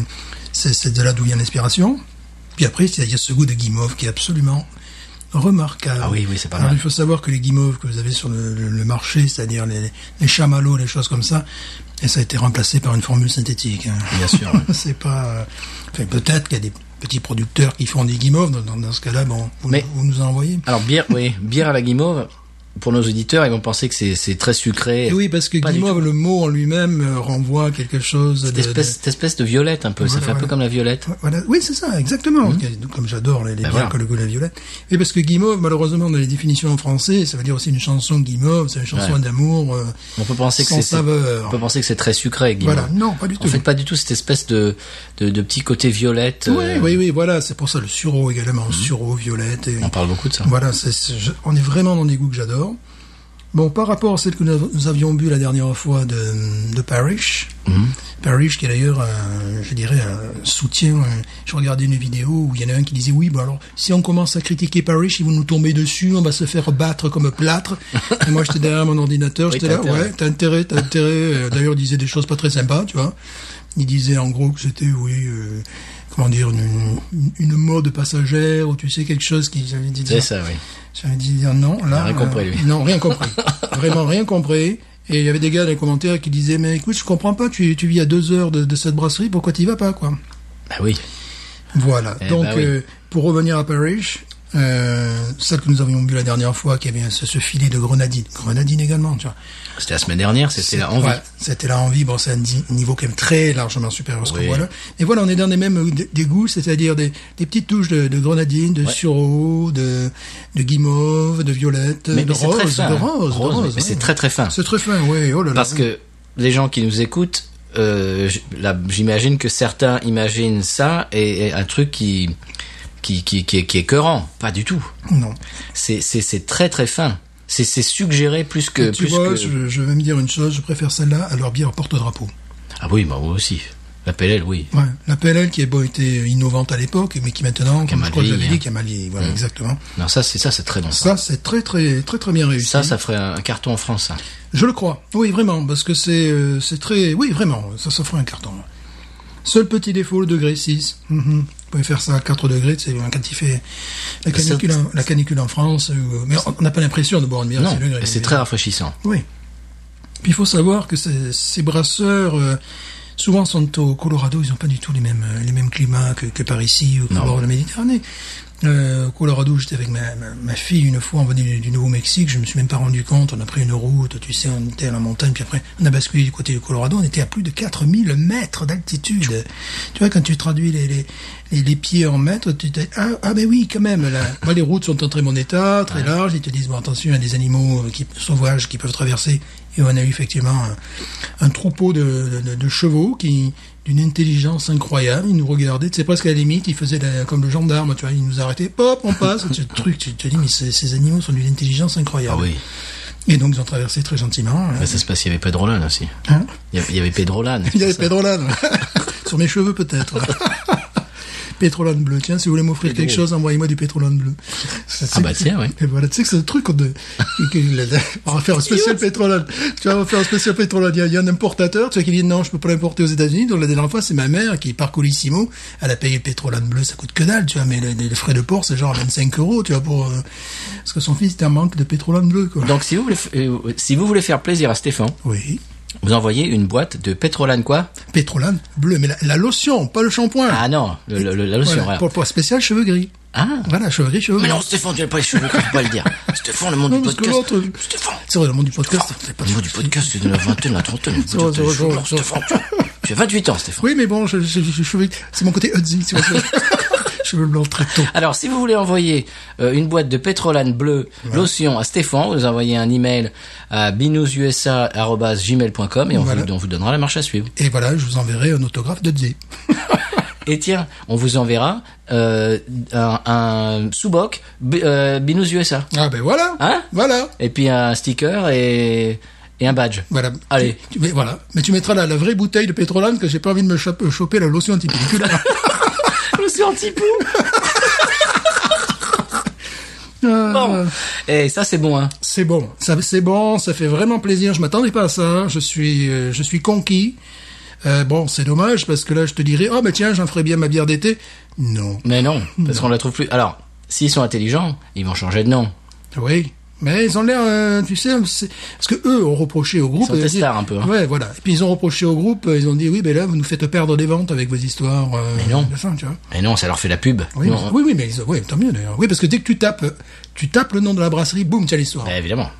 S3: c'est, c'est de là d'où vient l'inspiration. Puis après, il y a ce goût de guimauve qui est absolument remarquable.
S2: Ah oui, oui, c'est pas
S3: Alors,
S2: mal.
S3: il faut savoir que les guimauves que vous avez sur le, le- le marché, c'est-à-dire les, les chamallows, les choses comme ça, et ça a été remplacé par une formule synthétique. hein.
S2: Bien sûr, ouais.
S3: c'est pas. euh, enfin, peut-être qu'il y a des petits producteurs qui font des guimauves. Dans, dans- dans ce cas-là, bon, vous,
S2: Mais-
S3: vous nous en envoyez.
S2: Alors bière, oui, bière à la guimauve. Pour nos auditeurs, ils vont penser que c'est c'est très sucré.
S3: Et oui, parce que
S2: Eh, Pas du
S3: guimauve, le mot en lui-même euh, renvoie à quelque chose.
S2: Cette
S3: de-
S2: espèce, cette espèce de violette un peu, ça
S3: Voilà,
S2: fait un peu
S3: voilà.
S2: comme la violette.
S3: de- Voilà. Oui, c'est ça, exactement. Comme j'adore les,
S2: Mmh. Ben
S3: les bières
S2: voilà.
S3: que le goût de la violette. Et parce que guimauve, malheureusement, dans les définitions en français, ça veut dire aussi une chanson guimauve, c'est une chanson
S2: Ouais.
S3: d'amour. euh,
S2: On peut penser que
S3: Sans
S2: c'est c'est-
S3: saveur.
S2: on peut penser que c'est très sucré. Guimauve.
S3: Voilà. Non, pas du
S2: En
S3: tout.
S2: fait, pas du tout cette espèce de de, de petit côté violette.
S3: Oui,
S2: euh, mmh.
S3: oui, oui, voilà, c'est pour ça le sureau également, sureau, violette. Et...
S2: On parle beaucoup de ça.
S3: Voilà, c'est c'est- je- on est vraiment dans des goûts que j'adore. Bon, par rapport à celle que nous av- nous avions bu la dernière fois de, de Parrish,
S2: Mhm.
S3: Parrish qui est d'ailleurs, un, je dirais, un soutien. un- je regardais une vidéo où il y en a un qui disait oui, bon alors si on commence à critiquer Parrish, ils vont nous tomber dessus, on va se faire battre comme plâtre. Et moi j'étais derrière mon ordinateur,
S2: Oui,
S3: j'étais
S2: t'as
S3: là,
S2: intérêt.
S3: ouais, t'as intérêt, t'as intérêt. Euh, D'ailleurs, il disait des choses pas très sympas, tu vois. Il disait en gros que c'était, oui, euh, comment dire, une, une- une mode passagère, ou tu sais, quelque chose qui... J'avais dit,
S2: C'est ça, oui.
S3: j'avais dit dire non, là... euh,
S2: rien compris, lui.
S3: Non, rien compris. Vraiment rien compris. Et il y avait des gars dans les commentaires qui disaient, mais écoute, je comprends pas, tu, tu vis à deux heures de, de cette brasserie, pourquoi t'y vas pas, quoi
S2: Bah oui.
S3: voilà.
S2: Eh
S3: Donc,
S2: ben oui.
S3: euh, pour revenir à Parrish, euh, celle que nous avions bu la dernière fois, qui avait ce, ce filet de grenadine. Grenadine également, tu vois.
S2: C'était la semaine dernière, c'était la envie.
S3: Ouais, c'était la envie. Bon, c'est un di- niveau quand même très largement supérieur à ce
S2: Oui.
S3: qu'on voit là. Mais voilà, on est dans les mêmes euh, dé- des goûts, c'est-à-dire des, des petites touches de, de grenadine, de sureau, de, de guimauve, de violette,
S2: Mais,
S3: de,
S2: mais c'est
S3: rose,
S2: très fin.
S3: de
S2: hein.
S3: rose, de
S2: Rose,
S3: rose,
S2: mais
S3: ouais.
S2: c'est très très fin.
S3: C'est très fin, oui. Oh là là.
S2: Parce que les gens qui nous écoutent, euh, j- là, j'imagine que certains imaginent ça et, et un truc qui qui qui qui est, qui est écœurant. Pas du tout.
S3: non.
S2: C'est c'est c'est très très fin. C'est c'est suggéré plus que
S3: tu
S2: plus
S3: vois,
S2: que.
S3: je, je vais me dire une chose. Je préfère celle-là à leur bière porte-drapeau.
S2: Ah oui, bah moi aussi. La PLL, oui.
S3: Ouais, la PLL qui a beau été innovante à l'époque, mais qui maintenant,
S2: Qui a
S3: comme je
S2: mal
S3: crois que j'avais
S2: vieilli,
S3: dit,
S2: hein.
S3: qui a mal vieilli, voilà, exactement.
S2: Non, ça c'est ça c'est très bon. Ça.
S3: Ça, c'est très, très, très, très bien réussi.
S2: Ça, ça ferait un carton en France. ça.
S3: Je le crois. Oui, vraiment, parce que c'est, euh, c'est très, oui, vraiment, ça, ça ferait un carton. Seul petit défaut, le degré 6. Mhm. Vous pouvez faire ça à 4 degrés, c'est quand il fait la
S2: Ça-
S3: canicule, en, la canicule en France, ou- mais on- on n'a pas l'impression de boire une bière à
S2: Non,
S3: 6 degrés.
S2: et c'est très rafraîchissant.
S3: Oui. Puis il faut savoir que ces, ces brasseurs, euh, souvent sont au Colorado, ils n'ont pas du tout les mêmes, euh, les mêmes climats que, que par ici ou qu'au
S2: Non.
S3: bord de la Méditerranée. Euh, au Colorado, j'étais avec ma, ma, ma fille une fois, on venait du, du Nouveau-Mexique, je me suis même pas rendu compte, on a pris une route, tu sais, on était à la montagne, puis après on a basculé du côté du Colorado, on était à plus de 4000 mètres d'altitude. Tu vois, quand tu traduis les, les, les, les pieds en mètres, tu te dis, ah, ah ben oui, quand même, là. Moi, les routes sont en très bon état, très larges, ils te disent, bon, attention, il y a des animaux euh, qui, sauvages qui peuvent traverser, et on a eu effectivement un, un troupeau de, de, de chevaux qui d'une intelligence incroyable. Ils nous regardaient, c'est presque à la limite, ils faisaient la- comme le gendarme, tu vois, ils nous arrêtaient, pop, on passe. ce truc, tu te dis, mais ces, ces animaux sont d'une intelligence
S2: Ah
S3: incroyable.
S2: oui.
S3: Et donc ils ont traversé très gentiment. hein.
S2: Mais Bah, ça se passe, il y avait Pedrolan aussi.
S3: Hein
S2: Il y avait- il y avait Pedrolan.
S3: Il y avait
S2: c'est ça.
S3: Pétrolane. sur mes cheveux peut-être. Pétrolane bleu, tiens, si vous voulez m'offrir quelque chose, envoyez-moi du pétrolane bleu.
S2: Ah bah tiens, ouais.
S3: Et voilà, tu sais que c'est un truc de... que- que- on va faire un spécial pétrolane. Tu vois, on va faire un spécial pétrolane. Il y a, il y a un importateur, tu vois, qui dit non, je peux pas l'importer aux États-Unis. Donc la dernière fois, c'est ma mère qui par Colissimo, elle a payé le pétrolane bleu, ça coûte que dalle, tu vois, mais les, les frais de port, c'est genre 25 euros, tu vois, pour, euh, parce que son fils était un manque de pétrolane bleu, quoi.
S2: Donc si vous voulez, f- euh, si vous voulez faire plaisir à Stéphane,
S3: Oui.
S2: vous envoyez une boîte de Pétrolane quoi
S3: Pétrolane bleu, mais la, la lotion, pas le shampoing.
S2: Ah non, le- le- le- la lotion.
S3: Voilà,
S2: voilà.
S3: Pour, pour spécial cheveux gris.
S2: Ah.
S3: Voilà, cheveux gris, cheveux
S2: Mais
S3: gris.
S2: non, Stéphane, tu n'as pas les cheveux, tu peux pas le dire. Stéphane, le monde
S3: Non,
S2: du
S3: parce que
S2: podcast.
S3: l'autre-
S2: Stéphane,
S3: C'est vrai, le monde du podcast. c'est pas
S2: au niveau du podcast, c'est de la vingtaine, la trentaine.
S3: C'est vrai,
S2: Putain, t'as les
S3: c'est vrai,
S2: cheveux,
S3: c'est vrai.
S2: Stéphane, tu- tu as 28 ans, Stéphane.
S3: Oui, mais bon, je, je- je- je- cheveux- c'est mon côté Hudzy, tu vois. je- cheveux blancs très tôt.
S2: Alors, si vous voulez envoyer euh, une boîte de pétrolane bleu lotion à Stéphane, vous envoyez un email à binoususa.gmail.com et on,
S3: Voilà.
S2: vous, on vous donnera la marche à suivre.
S3: Et voilà, je vous enverrai un autographe d'Hudzy.
S2: Et tiens, on vous enverra euh, un, un sous-boc B- euh, binoususa.
S3: Ah ben voilà.
S2: Hein
S3: Voilà.
S2: Et puis un sticker et, et un badge.
S3: Voilà.
S2: Allez.
S3: Tu, tu- mais voilà. Mais tu mettras la, la vraie bouteille de pétrolane que j'ai pas envie de me choper, choper la lotion antipellicule.
S2: Je suis anti-pou
S3: Euh,
S2: Bon. Et ça, c'est bon, hein
S3: C'est bon, ça, c'est bon, ça fait vraiment plaisir. Je m'attendais pas à ça. Je suis, euh, je suis conquis. Euh, bon, c'est dommage parce que là, je te dirais, oh, mais tiens, j'en ferais bien ma bière d'été. Non.
S2: Mais non, parce qu'on la trouve plus. Alors, S'ils sont intelligents, ils vont changer de nom.
S3: Oui. Mais ils ont l'air, euh, tu sais, c'est- parce que eux ont reproché au groupe.
S2: sont
S3: euh,
S2: testards un peu, hein.
S3: Ouais, voilà. Et puis ils ont reproché au groupe, euh, ils ont dit oui, ben là, vous nous faites perdre des ventes avec vos histoires euh,
S2: Mais non.
S3: de fin, tu vois.
S2: Mais non, ça leur fait la pub.
S3: Oui,
S2: Non,
S3: oui, oui, mais ils- ouais, tant mieux d'ailleurs. Oui, parce que dès que tu tapes, euh, tu tapes le nom de la brasserie, boum, tu as l'histoire.
S2: bah, évidemment.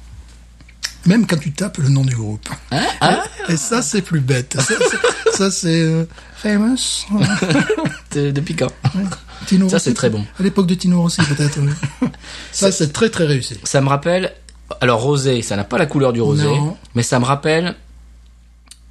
S3: Même quand tu tapes le nom du groupe.
S2: Hein Ah,
S3: Et ça, c'est plus bête. Ça, c'est- ça, c'est euh, famous.
S2: de- depuis quand
S3: Tino
S2: Ça,
S3: Rossi,
S2: c'est très bon.
S3: À l'époque de Tino Rossi, peut-être. oui. ça, c'est très très réussi.
S2: Ça me rappelle. Alors, rosé, ça n'a pas la couleur du rosé,
S3: Non.
S2: mais ça me rappelle.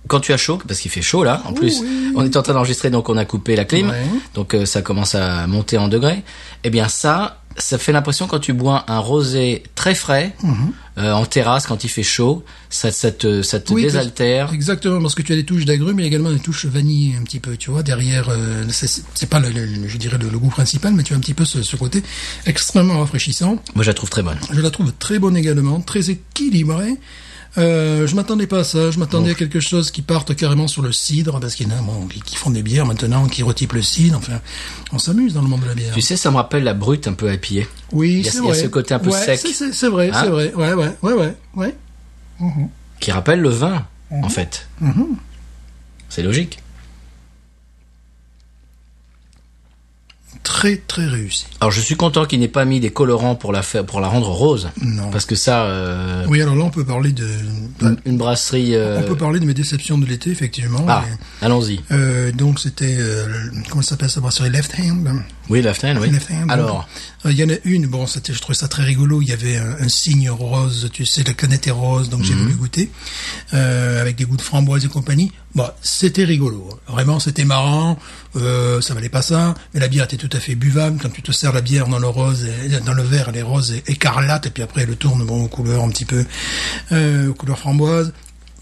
S2: Quand tu as chaud, parce qu'il fait chaud là, en plus, on est en train d'enregistrer, donc on a coupé la clim,
S3: Ouais.
S2: donc euh, ça commence à monter en degrés. Eh bien ça, ça fait l'impression quand tu bois un rosé très frais
S3: Mhm.
S2: euh, en terrasse quand il fait chaud, ça, ça te, ça te
S3: Oui,
S2: désaltère.
S3: parce- Exactement, parce que tu as des touches d'agrumes, mais également des touches vanille un petit peu, tu vois, derrière, euh, c'est- c'est c'est pas, le, le- le- je dirais, le, le goût principal, mais tu as un petit peu ce, ce côté extrêmement rafraîchissant.
S2: Moi, je la trouve très bonne.
S3: Je la trouve très bonne également, très équilibrée. Euh, je m'attendais pas à ça, je m'attendais à quelque chose qui parte carrément sur le cidre, parce qu'il y en a bon, qui, qui font des bières maintenant, qui retypent le cidre, enfin, on s'amuse dans le monde de la bière.
S2: Tu sais, ça me rappelle la brute un peu à piller.
S3: oui,
S2: il y a-
S3: c'est
S2: il y a
S3: vrai.
S2: ce côté un peu
S3: Ouais,
S2: sec.
S3: c'est- C'est c'est vrai,
S2: Hein
S3: c'est vrai, ouais, ouais, ouais, ouais, ouais.
S2: qui rappelle le vin,
S3: Mhm.
S2: en fait. C'est logique.
S3: Très, très réussi.
S2: Alors je suis content qu'il n'ait pas mis des colorants pour la faire, pour la rendre rose,
S3: Non.
S2: parce que ça, euh,
S3: Oui, alors là, on peut parler de...
S2: une brasserie. euh,
S3: On peut parler de mes déceptions de l'été, effectivement.
S2: Ah,
S3: Et,
S2: allons-y.
S3: euh, donc c'était euh, le- comment ça s'appelle ça brasserie Left Hand. hein,
S2: Oui, Laften, oui.
S3: Left Hand,
S2: Alors,
S3: hein. Euh, il y en a une. Bon, c'était je trouvais ça très rigolo. Il y avait un, un signe rose. Tu sais, la canette est rose, donc j'ai voulu goûter euh, avec des goûts de framboise et compagnie. Bon, c'était rigolo. hein. Vraiment, c'était marrant. Euh, ça valait pas ça, mais la bière était tout à fait buvable. Quand tu te sers la bière dans le rose, et- dans le verre, elle est rose et écarlate, et puis après elle le tourne bon aux couleurs un petit peu euh, aux couleurs framboise.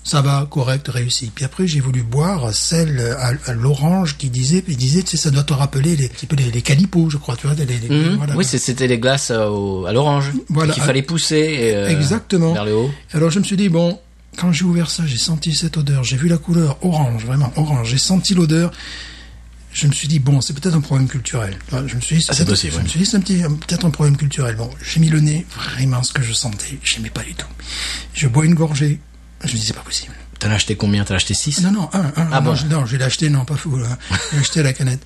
S3: Ça va, correct, réussi. Puis après, j'ai voulu boire celle à, à l'orange qui disait, qui disait, tu sais, ça doit te rappeler les, un petit peu les, les calipos, je crois, tu vois, les, les-
S2: mhm.
S3: voilà.
S2: oui, c'est- c'était les glaces euh, au- à l'orange
S3: Voilà.
S2: qu'il fallait pousser euh,
S3: Exactement.
S2: vers le haut.
S3: Alors je me suis dit, bon, quand j'ai ouvert ça, j'ai senti cette odeur, j'ai vu la couleur orange, vraiment orange, j'ai senti l'odeur. Je me suis dit, bon, c'est peut-être un problème culturel. Voilà, Je me suis dit,
S2: Ah, c'est
S3: peut-être-
S2: possible,
S3: Je
S2: ouais.
S3: me suis dit, c'est un petit- un- peut-être un problème culturel. Bon, j'ai mis le nez, vraiment ce que je sentais, j'aimais pas du tout. Je bois une gorgée, je me dis, c'est pas possible.
S2: T'en as acheté combien T'en as acheté 6
S3: Non, non, un, un.
S2: Ah
S3: non,
S2: bon.
S3: je, non, je l'ai acheté, non, pas fou. là. J'ai acheté à la canette.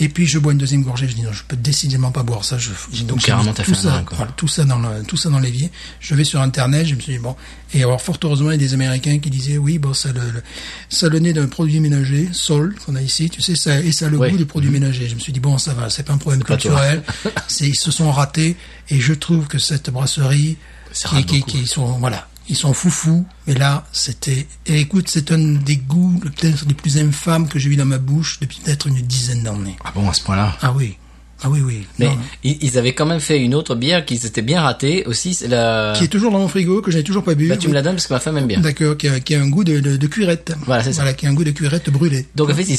S3: Et puis, je bois une deuxième gorgée. Je dis, non, je peux décidément pas boire ça. Je, j'ai- donc, j'ai
S2: carrément,
S3: mis
S2: t'as
S3: tout
S2: fait un
S3: ça,
S2: nain, quoi.
S3: voilà, tout ça dans le, tout ça dans l'évier. Je vais sur Internet, je me suis dit, bon. Et alors, fort heureusement, il y a des Américains qui disaient, oui, bon, ça le, le- ça le nez d'un produit ménager, Sol, qu'on a ici, tu sais, ça, et ça a le
S2: Ouais. Mhm.
S3: goût du produit ménager. Je me suis dit, bon, ça va, c'est pas un problème
S2: pas toi.
S3: culturel. c'est, ils se sont ratés. Et je trouve que cette brasserie,
S2: Ça
S3: qui,
S2: rate
S3: qui,
S2: beaucoup. hein.
S3: qui sont voilà, ils sont foufous. Mais là, c'était. Et écoute, c'est un des goûts le- peut-être les plus infâmes que j'ai eu dans ma bouche depuis peut-être une dizaine d'années.
S2: Ah bon, à ce point-là
S3: Ah oui, ah oui, oui.
S2: mais
S3: Non.
S2: ils ils avaient quand même fait une autre bière qui s'était bien ratée aussi. c'est La...
S3: Qui est toujours dans mon frigo que je n'ai toujours pas bu.
S2: euh, Bah, tu
S3: Oui.
S2: me la donnes parce que ma femme aime bien.
S3: D'accord, qui a, qui a un goût de, de, de cuirette.
S2: Voilà, c'est ça.
S3: Voilà, qui a un goût de cuirette brûlée.
S2: Donc en fait, ils,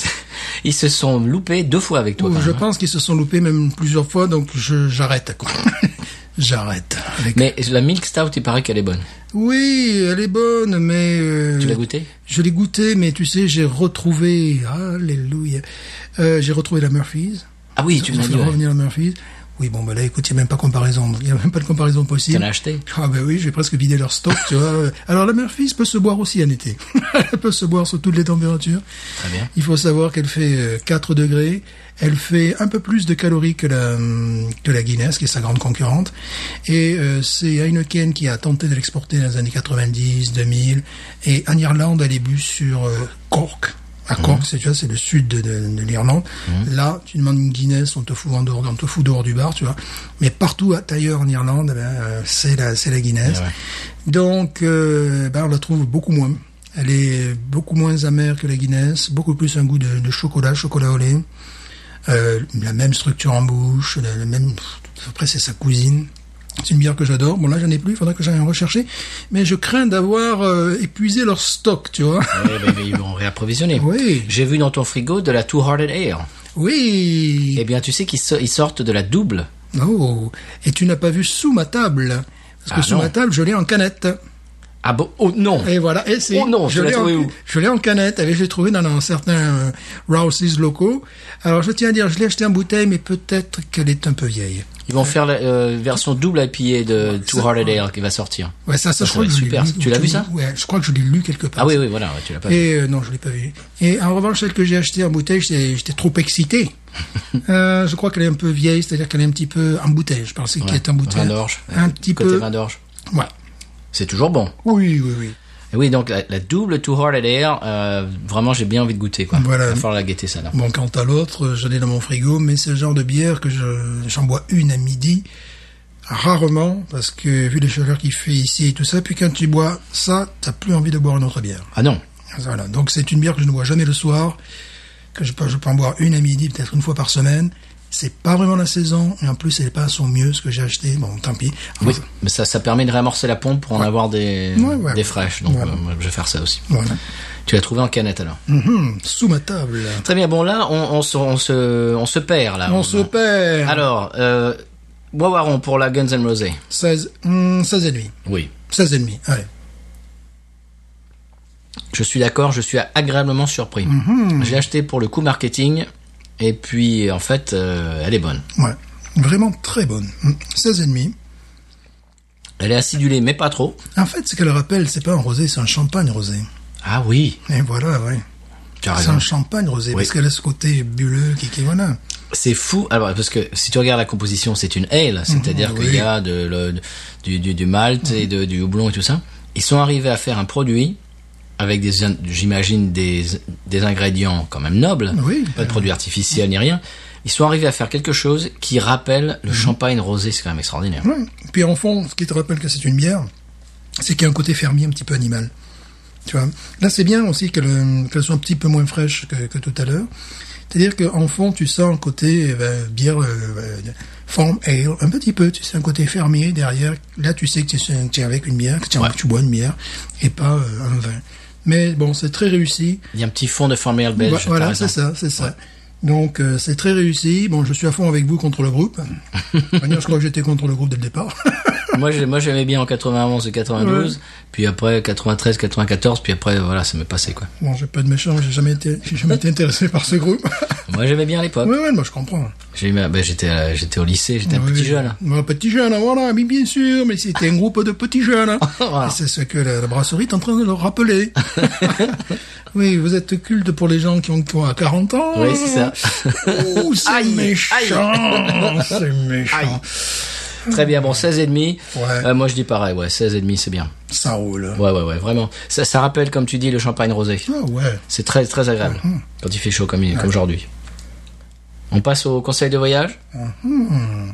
S2: ils se sont loupés deux fois avec toi. hein. quand
S3: Oh, je
S2: même.
S3: pense qu'ils se sont loupés même plusieurs fois, donc je j'arrête quoi. j'arrête. Avec-
S2: Mais la milk stout, il paraît qu'elle est bonne.
S3: Oui, elle est bonne, mais euh,
S2: Tu l'as goûtée
S3: Je l'ai goûté, mais tu sais, j'ai retrouvé, alléluia, Euh, j'ai retrouvé la Murphy's.
S2: Ah oui, tu
S3: Je
S2: m'as dit.
S3: fais
S2: ouais.
S3: revenir la Murphy's. Oui, bon, bah là, écoute, il n'y a même pas de comparaison. Il n'y a même pas de comparaison
S2: Tu
S3: possible.
S2: l'as acheté
S3: Ah ben oui, j'ai presque vidé leur stock, tu vois. Alors la Murphy's peut se boire aussi en été. Elle peut se boire sous toutes les températures.
S2: Très bien.
S3: Il faut savoir qu'elle fait euh, 4 degrés. Elle fait un peu plus de calories que la, hum, que la Guinness, qui est sa grande concurrente. Et euh, c'est Heineken qui a tenté de l'exporter dans les années 90, 2000. Et en Irlande, elle est bu sur euh, Cork. À Cork,
S2: Mhm.
S3: c'est tu vois, c'est le sud de, de- de l'Irlande. Là, tu demandes une Guinness, on te fout en dehors, on te fout dehors du bar, tu vois. Mais partout à- ailleurs en Irlande, eh ben, euh, c'est la, c'est la Guinness.
S2: Eh ouais.
S3: Donc, euh, ben, on la trouve beaucoup moins. Elle est beaucoup moins amère que la Guinness, beaucoup plus un goût de, de chocolat, chocolat au lait. Euh, la même structure en bouche, la, la même. pff, Après, c'est sa cousine. C'est une bière que j'adore. Bon, là, j'en ai plus. Il faudra que j'aille en rechercher. Mais je crains d'avoir euh, épuisé leur stock, tu vois.
S2: Ouais, bah, ils vont réapprovisionner.
S3: Oui.
S2: J'ai vu dans ton frigo de la Two Hearted Ale.
S3: Oui.
S2: Eh bien, tu sais qu'ils so- ils sortent de la double.
S3: Oh. Et tu n'as pas vu sous ma table. Parce
S2: Ah,
S3: que sous
S2: non.
S3: ma table, je l'ai en canette.
S2: Ah bon Oh non
S3: Et voilà, et c'est.
S2: Oh non,
S3: je
S2: tu l'as
S3: l'ai en-
S2: trouvé où
S3: Je l'ai en canette, et je l'ai trouvé dans un certain euh, Rouse's locaux. Alors je tiens à dire, je l'ai acheté en bouteille, mais peut-être qu'elle est un peu vieille.
S2: Ils vont faire la euh, version double à piller de Too
S3: ça-
S2: Hard a Dale qui va sortir.
S3: Ouais, ça,
S2: Ça,
S3: ça, je
S2: ça
S3: crois
S2: va
S3: que
S2: être
S3: je l'ai
S2: super.
S3: lu.
S2: Tu l'as vu, ça
S3: Ouais, je crois que je l'ai lu quelque part.
S2: Ah oui, oui, voilà, ouais, tu l'as pas vu.
S3: Et euh, non, je l'ai pas vu. Et en revanche, celle que j'ai achetée en bouteille, j'étais j'étais trop excité. Euh, je crois qu'elle est un peu vieille, c'est-à-dire qu'elle est un petit peu en bouteille. Je pensais qu'elle est en bouteille.
S2: Vin d'orge.
S3: Un petit
S2: Côté
S3: peu.
S2: vin d'orge.
S3: Ouais.
S2: C'est toujours bon.
S3: Oui, oui, oui.
S2: Et oui, donc la, la double Too Hard at Air, euh, vraiment j'ai bien envie de goûter quoi.
S3: Voilà.
S2: Il va falloir la guetter ça là.
S3: Bon, quant à l'autre, euh, j'en ai dans mon frigo, mais c'est le genre de bière que je- j'en bois une à midi. Rarement, parce que vu les chaleurs qu'il fait ici et tout ça, puis quand tu bois ça, t'as plus envie de boire une autre bière.
S2: Ah non.
S3: Voilà. Donc c'est une bière que je ne bois jamais le soir, que je peux, je peux en boire une à midi, peut-être une fois par semaine. C'est pas vraiment la saison, et en plus elle est pas à son mieux, ce que j'ai acheté. Bon, tant pis.
S2: Oui, mais ça, ça permet de réamorcer la pompe pour en avoir des,
S3: Ouais, ouais.
S2: des fraîches. Donc
S3: Voilà.
S2: euh, moi, je vais faire ça aussi.
S3: Voilà.
S2: Tu l'as trouvé en canette alors.
S3: Mhm, sous ma table.
S2: Très bien. Bon là, on, on, se, on se on se perd là.
S3: On se perd.
S2: Alors, euh, bois Waron pour la Guns N' Roses.
S3: 16, hmm, 16 et demi.
S2: Oui.
S3: 16 et demi. Allez.
S2: Je suis d'accord, je suis agréablement surpris.
S3: Mm -hmm.
S2: J'ai acheté pour le coup marketing, et puis en fait, euh, elle est bonne.
S3: Ouais. Vraiment très bonne. Hmm, 16 et demi.
S2: Elle est acidulée, mais pas trop.
S3: En fait, ce qu'elle rappelle, c'est pas un rosé, c'est un champagne rosé.
S2: Ah oui,
S3: Et voilà, ouais.
S2: tu as
S3: C'est
S2: raison.
S3: un champagne rosé, parce qu'elle a ce côté bulleux qui, qui voilà.
S2: C'est fou, alors parce que si tu regardes la composition, c'est une ale, c'est-à-dire
S3: Mhm,
S2: qu'il
S3: oui. Mhm.
S2: y a de, le- du, du, du malt et de- du houblon et tout ça. Ils sont arrivés à faire un produit avec des, in- j'imagine, des, des ingrédients quand même nobles,
S3: Oui.
S2: pas de produits artificiels ni rien. Ils sont arrivés à faire quelque chose qui rappelle le champagne rosé, c'est quand même extraordinaire.
S3: Mhm. Ouais. Puis en fond, ce qui te rappelle que c'est une bière, c'est qu'il y a un côté fermier un petit peu animal. Tu vois. Là, c'est bien aussi qu'elle euh, qu'elle soit un petit peu moins fraîche que, que tout à l'heure. C'est-à-dire qu'en fond, tu sens un côté eh ben, bière euh, euh, farm ale, un petit peu. Tu sais, un côté fermier derrière. Là, tu sais que tu es, tu es avec une bière, que tu, tu bois une bière et pas euh, un vin. Mais bon, c'est très réussi.
S2: Il y a un petit fond de formel belge,
S3: Voi-
S2: t'as
S3: Bah, voilà,
S2: raison.
S3: c'est ça, c'est ça. Donc euh, c'est très réussi. Bon, je suis à fond avec vous contre le groupe. De toute manière, je crois que j'étais contre le groupe dès le départ.
S2: moi, j'ai- moi, j'aimais bien en 91 et 92, puis après 93, 94, puis après, voilà, ça m'est passé, quoi.
S3: Bon, j'ai pas de méchant, j'ai jamais été, j'ai jamais été intéressé par ce groupe.
S2: Moi, j'aimais bien à l'époque.
S3: ouais, ouais, moi je comprends.
S2: J'ai aimé- ben, j'étais, à- j'étais au lycée, j'étais un
S3: Oui,
S2: petit
S3: oui.
S2: jeune.
S3: Ouais, petit jeune, voilà, mais bien sûr, mais c'était un groupe de petits jeunes. hein.
S2: Voilà.
S3: Et C'est ce que la, la brasserie est en train de leur rappeler. oui, vous êtes culte pour les gens qui ont quoi, 40 ans
S2: Oui, c'est ça.
S3: Ouh, c'est
S2: Aïe,
S3: méchant, c'est méchant.
S2: Très bien, bon, 16 et demi.
S3: Ouais.
S2: Euh, moi, je dis pareil, ouais, 16 et demi, c'est bien.
S3: Ça roule.
S2: Ouais, ouais, ouais, vraiment. Ça, ça rappelle, comme tu dis, le champagne rosé.
S3: Ah ouais.
S2: C'est très, très agréable.
S3: Mm-hmm.
S2: Quand il fait chaud comme, il- comme aujourd'hui. On passe au conseil de voyage. Mm-hmm.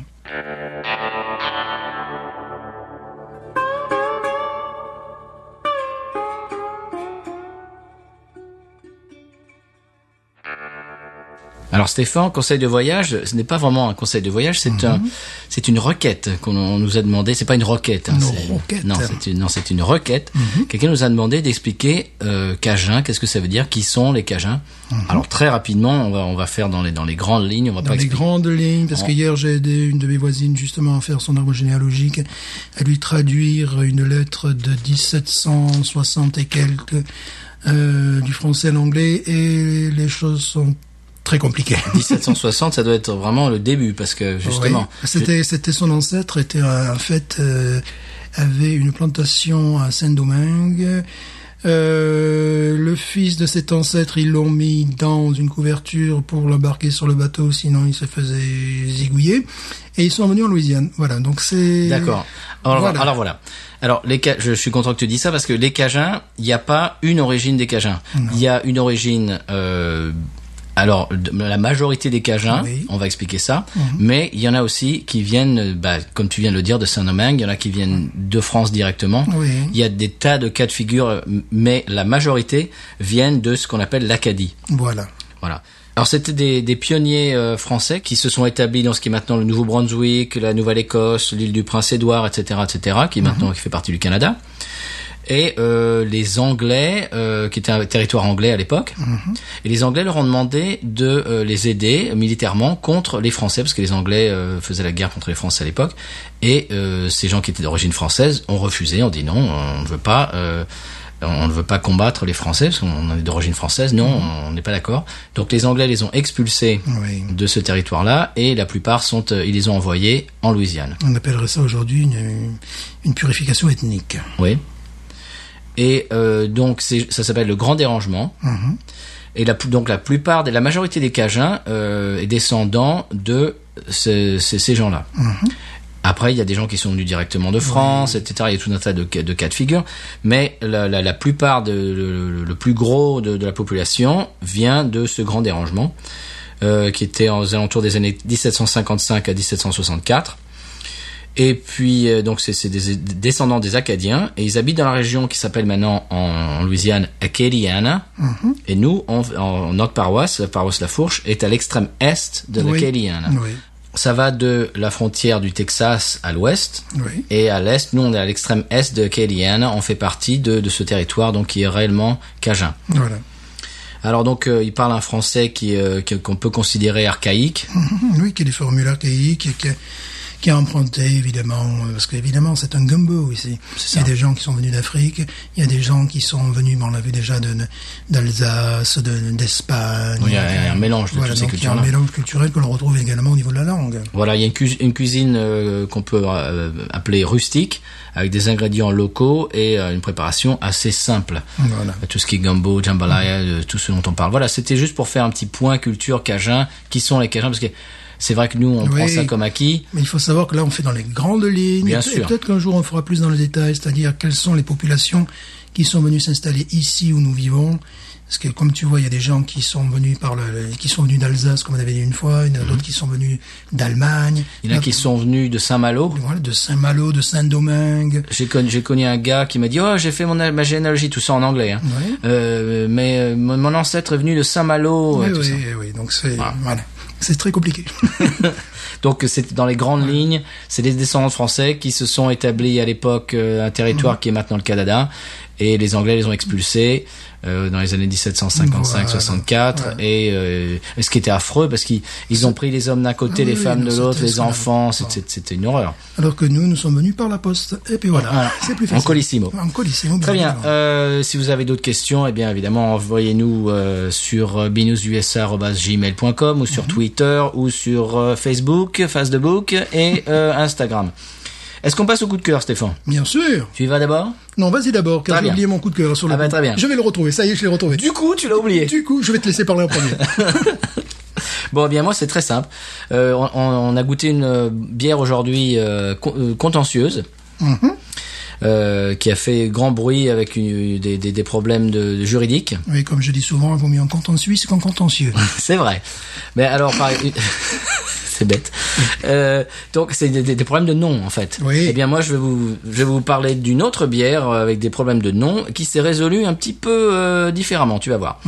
S2: Alors Stéphane, conseil de voyage, ce n'est pas vraiment un conseil de voyage, c'est
S3: Mm-hmm.
S2: un, c'est une requête qu'on on nous a demandé. C'est pas une requête. hein,
S3: Une
S2: c'est-
S3: requête.
S2: Non, c'est une, non, c'est une requête.
S3: Mhm.
S2: Quelqu'un nous a demandé d'expliquer euh, Cajun. Qu'est-ce que ça veut dire Qui sont les Cajuns Alors très rapidement, on va, on va faire dans les dans les grandes lignes. On va
S3: Mhm. Dans
S2: pas
S3: les
S2: expliquer.
S3: grandes lignes, parce que hier j'ai aidé une de mes voisines justement à faire son arbre généalogique, à lui traduire une lettre de 1760 et quelques euh, du français à l'anglais, et les choses sont très compliquées.
S2: 1760, ça doit être vraiment le début parce que justement,
S3: Oui. Ah, C'était c'était son ancêtre était euh, en fait euh, avait une plantation à Saint-Domingue. Euh, le fils de cet ancêtre, ils l'ont mis dans une couverture pour l'embarquer sur le bateau, sinon il se faisait zigouiller. Et ils sont venus en Louisiane. Voilà, donc c'est...
S2: D'accord. Alors voilà.
S3: Voilà.
S2: alors voilà. Alors les Ca- je suis content que tu dis ça parce que les Cajuns, il n'y a pas une origine des Cajuns. Il y a une origine. euh, alors de- la majorité des Cajuns,
S3: Oui.
S2: on va expliquer ça, mais il y en a aussi qui viennent, euh, bah, comme tu viens de le dire, de Saint-Domingue. Il y en a qui viennent de France directement.
S3: Oui.
S2: Il y a des tas de cas de figure, euh, mais la majorité viennent de ce qu'on appelle l'Acadie.
S3: Voilà.
S2: Voilà. Alors c'était des, des pionniers euh, français qui se sont établis dans ce qui est maintenant le Nouveau-Brunswick, la Nouvelle-Écosse, l'île du Prince-Édouard, etc., etc., qui maintenant qui fait partie du Canada. Et euh, les Anglais, euh, qui était un territoire anglais à l'époque, et les Anglais leur ont demandé de euh, les aider militairement contre les Français, parce que les Anglais euh, faisaient la guerre contre les Français à l'époque. Et euh, ces gens qui étaient d'origine française ont refusé, ont dit non, on ne veut pas. euh, on ne veut pas combattre les Français, parce qu'on est d'origine française, non, on n'est pas d'accord. Donc les Anglais les ont expulsés
S3: Oui.
S2: de ce territoire-là, et la plupart sont, euh, ils les ont envoyés en Louisiane.
S3: On appellerait ça aujourd'hui une, une purification ethnique.
S2: Oui. Et euh, donc c'est- ça s'appelle le grand dérangement. Et la, donc la plupart, des- la majorité des Cajuns euh, est descendant de ce- ce- ces gens-là. Après, il y a des gens qui sont venus directement de France, etc. Il y a tout un tas de, ca- de cas de figure. Mais la, la- la plupart, de, le, le- le plus gros de, de la population vient de ce grand dérangement, euh, qui était aux alentours des années 1755 à 1764. Et puis, euh, donc, c'est c'est des des descendants des Acadiens, et ils habitent dans la région qui s'appelle maintenant en, en Louisiane Acadiana. Et nous, on- en, notre paroisse, la paroisse La Fourche, est à l'extrême est de
S3: Oui.
S2: l'Acadiana.
S3: Oui.
S2: Ça va de la frontière du Texas à l'ouest.
S3: Oui.
S2: Et à l'est, nous on est à l'extrême est de Acadiana, on fait partie de, de ce territoire donc qui est réellement cajun.
S3: Voilà.
S2: Alors donc euh, ils parlent un français qui euh, qui- qu'on peut considérer archaïque.
S3: Mhm, Oui, qui est des formules archaïques et qui, qui a emprunté, évidemment, euh, parce qu'évidemment, c'est un gumbo ici.
S2: C'est
S3: Il y a
S2: ça.
S3: des gens qui sont venus d'Afrique, il y a des gens qui sont venus, bon, on l'a vu déjà, de- de- d'Alsace, de- d'Espagne.
S2: Oui, il y a- il y a un mélange de
S3: Voilà,
S2: toutes ces
S3: donc il y a un
S2: cultures-là.
S3: mélange culturel que l'on retrouve également au niveau de la langue.
S2: Voilà, il y a une, cu- une cuisine euh, qu'on peut euh, appeler rustique avec des ingrédients locaux et euh, une préparation assez simple. Euh,
S3: Voilà.
S2: Tout ce qui est gumbo, jambalaya, euh, tout ce dont on parle. Voilà, c'était juste pour faire un petit point culture cajun. Qui sont les cajuns Parce que c'est vrai que nous on
S3: Oui.
S2: prend ça comme acquis.
S3: Mais il faut savoir que là, on fait dans les grandes lignes.
S2: Bien
S3: et peut- et
S2: sûr.
S3: peut-être qu'un jour, on fera plus dans le détail, c'est-à-dire quelles sont les populations qui sont venues s'installer ici où nous vivons. Parce que, comme tu vois, il y a des gens qui sont venus par le, qui sont venus d'Alsace, comme on avait dit une fois, il y en a d'autres qui sont venus d'Allemagne.
S2: Mhm.
S3: Ah,
S2: Il y en a qui sont venus de Saint-Malo.
S3: Voilà, de Saint-Malo, de Saint-Domingue.
S2: J'ai connu, j'ai connu un gars qui m'a dit oh j'ai fait mon a- ma généalogie tout ça en anglais hein.
S3: Ouais.
S2: Euh, mais euh, mon mon ancêtre est venu de Saint-Malo
S3: Oui,
S2: et tout
S3: oui,
S2: ça. Ah.
S3: oui, oui. Donc c'est voilà, c'est très compliqué.
S2: donc c'est dans les grandes lignes c'est des descendants de français qui se sont établis à l'époque euh, un territoire qui est maintenant le Canada et les Anglais les ont expulsés euh, dans les années 1755-64 et euh, ce qui était affreux parce qu'ils ils ont pris les hommes d'un côté
S3: Ah
S2: les
S3: oui,
S2: femmes
S3: non,
S2: de
S3: c'était
S2: l'autre les
S3: scandaleux.
S2: enfants c'était c'était une horreur
S3: Alors que nous, nous sommes venus par la poste. Et puis voilà,
S2: Voilà.
S3: c'est plus
S2: En
S3: facile.
S2: colissimo.
S3: En colissimo.
S2: Très bien.
S3: évidemment.
S2: Euh, si vous avez d'autres questions, eh bien évidemment, envoyez-nous euh, sur euh, binoususa@gmail.com ou sur Twitter ou sur euh, Facebook, Facebook et euh, Instagram. Est-ce qu'on passe au coup de cœur, Stéphane
S3: Bien sûr.
S2: Tu y vas d'abord
S3: Non, vas-y d'abord,
S2: Très
S3: car j'ai
S2: bien.
S3: oublié mon coup de cœur sur le.
S2: Ah bah,
S3: coup.
S2: très bien.
S3: Je vais le retrouver. Ça y est, je l'ai retrouvé.
S2: Du coup, tu l'as oublié.
S3: Du coup, je vais te laisser parler en premier.
S2: Bon, eh bien moi, c'est très simple. Euh, on, on a goûté une euh, bière aujourd'hui euh, con- euh, contentieuse. Mhm. euh, qui a fait grand bruit avec une- des, des- des problèmes de, de juridiques.
S3: oui, comme je dis souvent, il vaut mieux en contentieux qu'en contentieux.
S2: C'est vrai. Mais alors, par- c'est bête. Euh, donc, c'est des, des- des problèmes de nom, en fait.
S3: Oui.
S2: Eh bien, moi, je vais vous, je vais vous parler d'une autre bière euh, avec des problèmes de nom qui s'est résolue un petit peu euh, différemment, tu vas voir.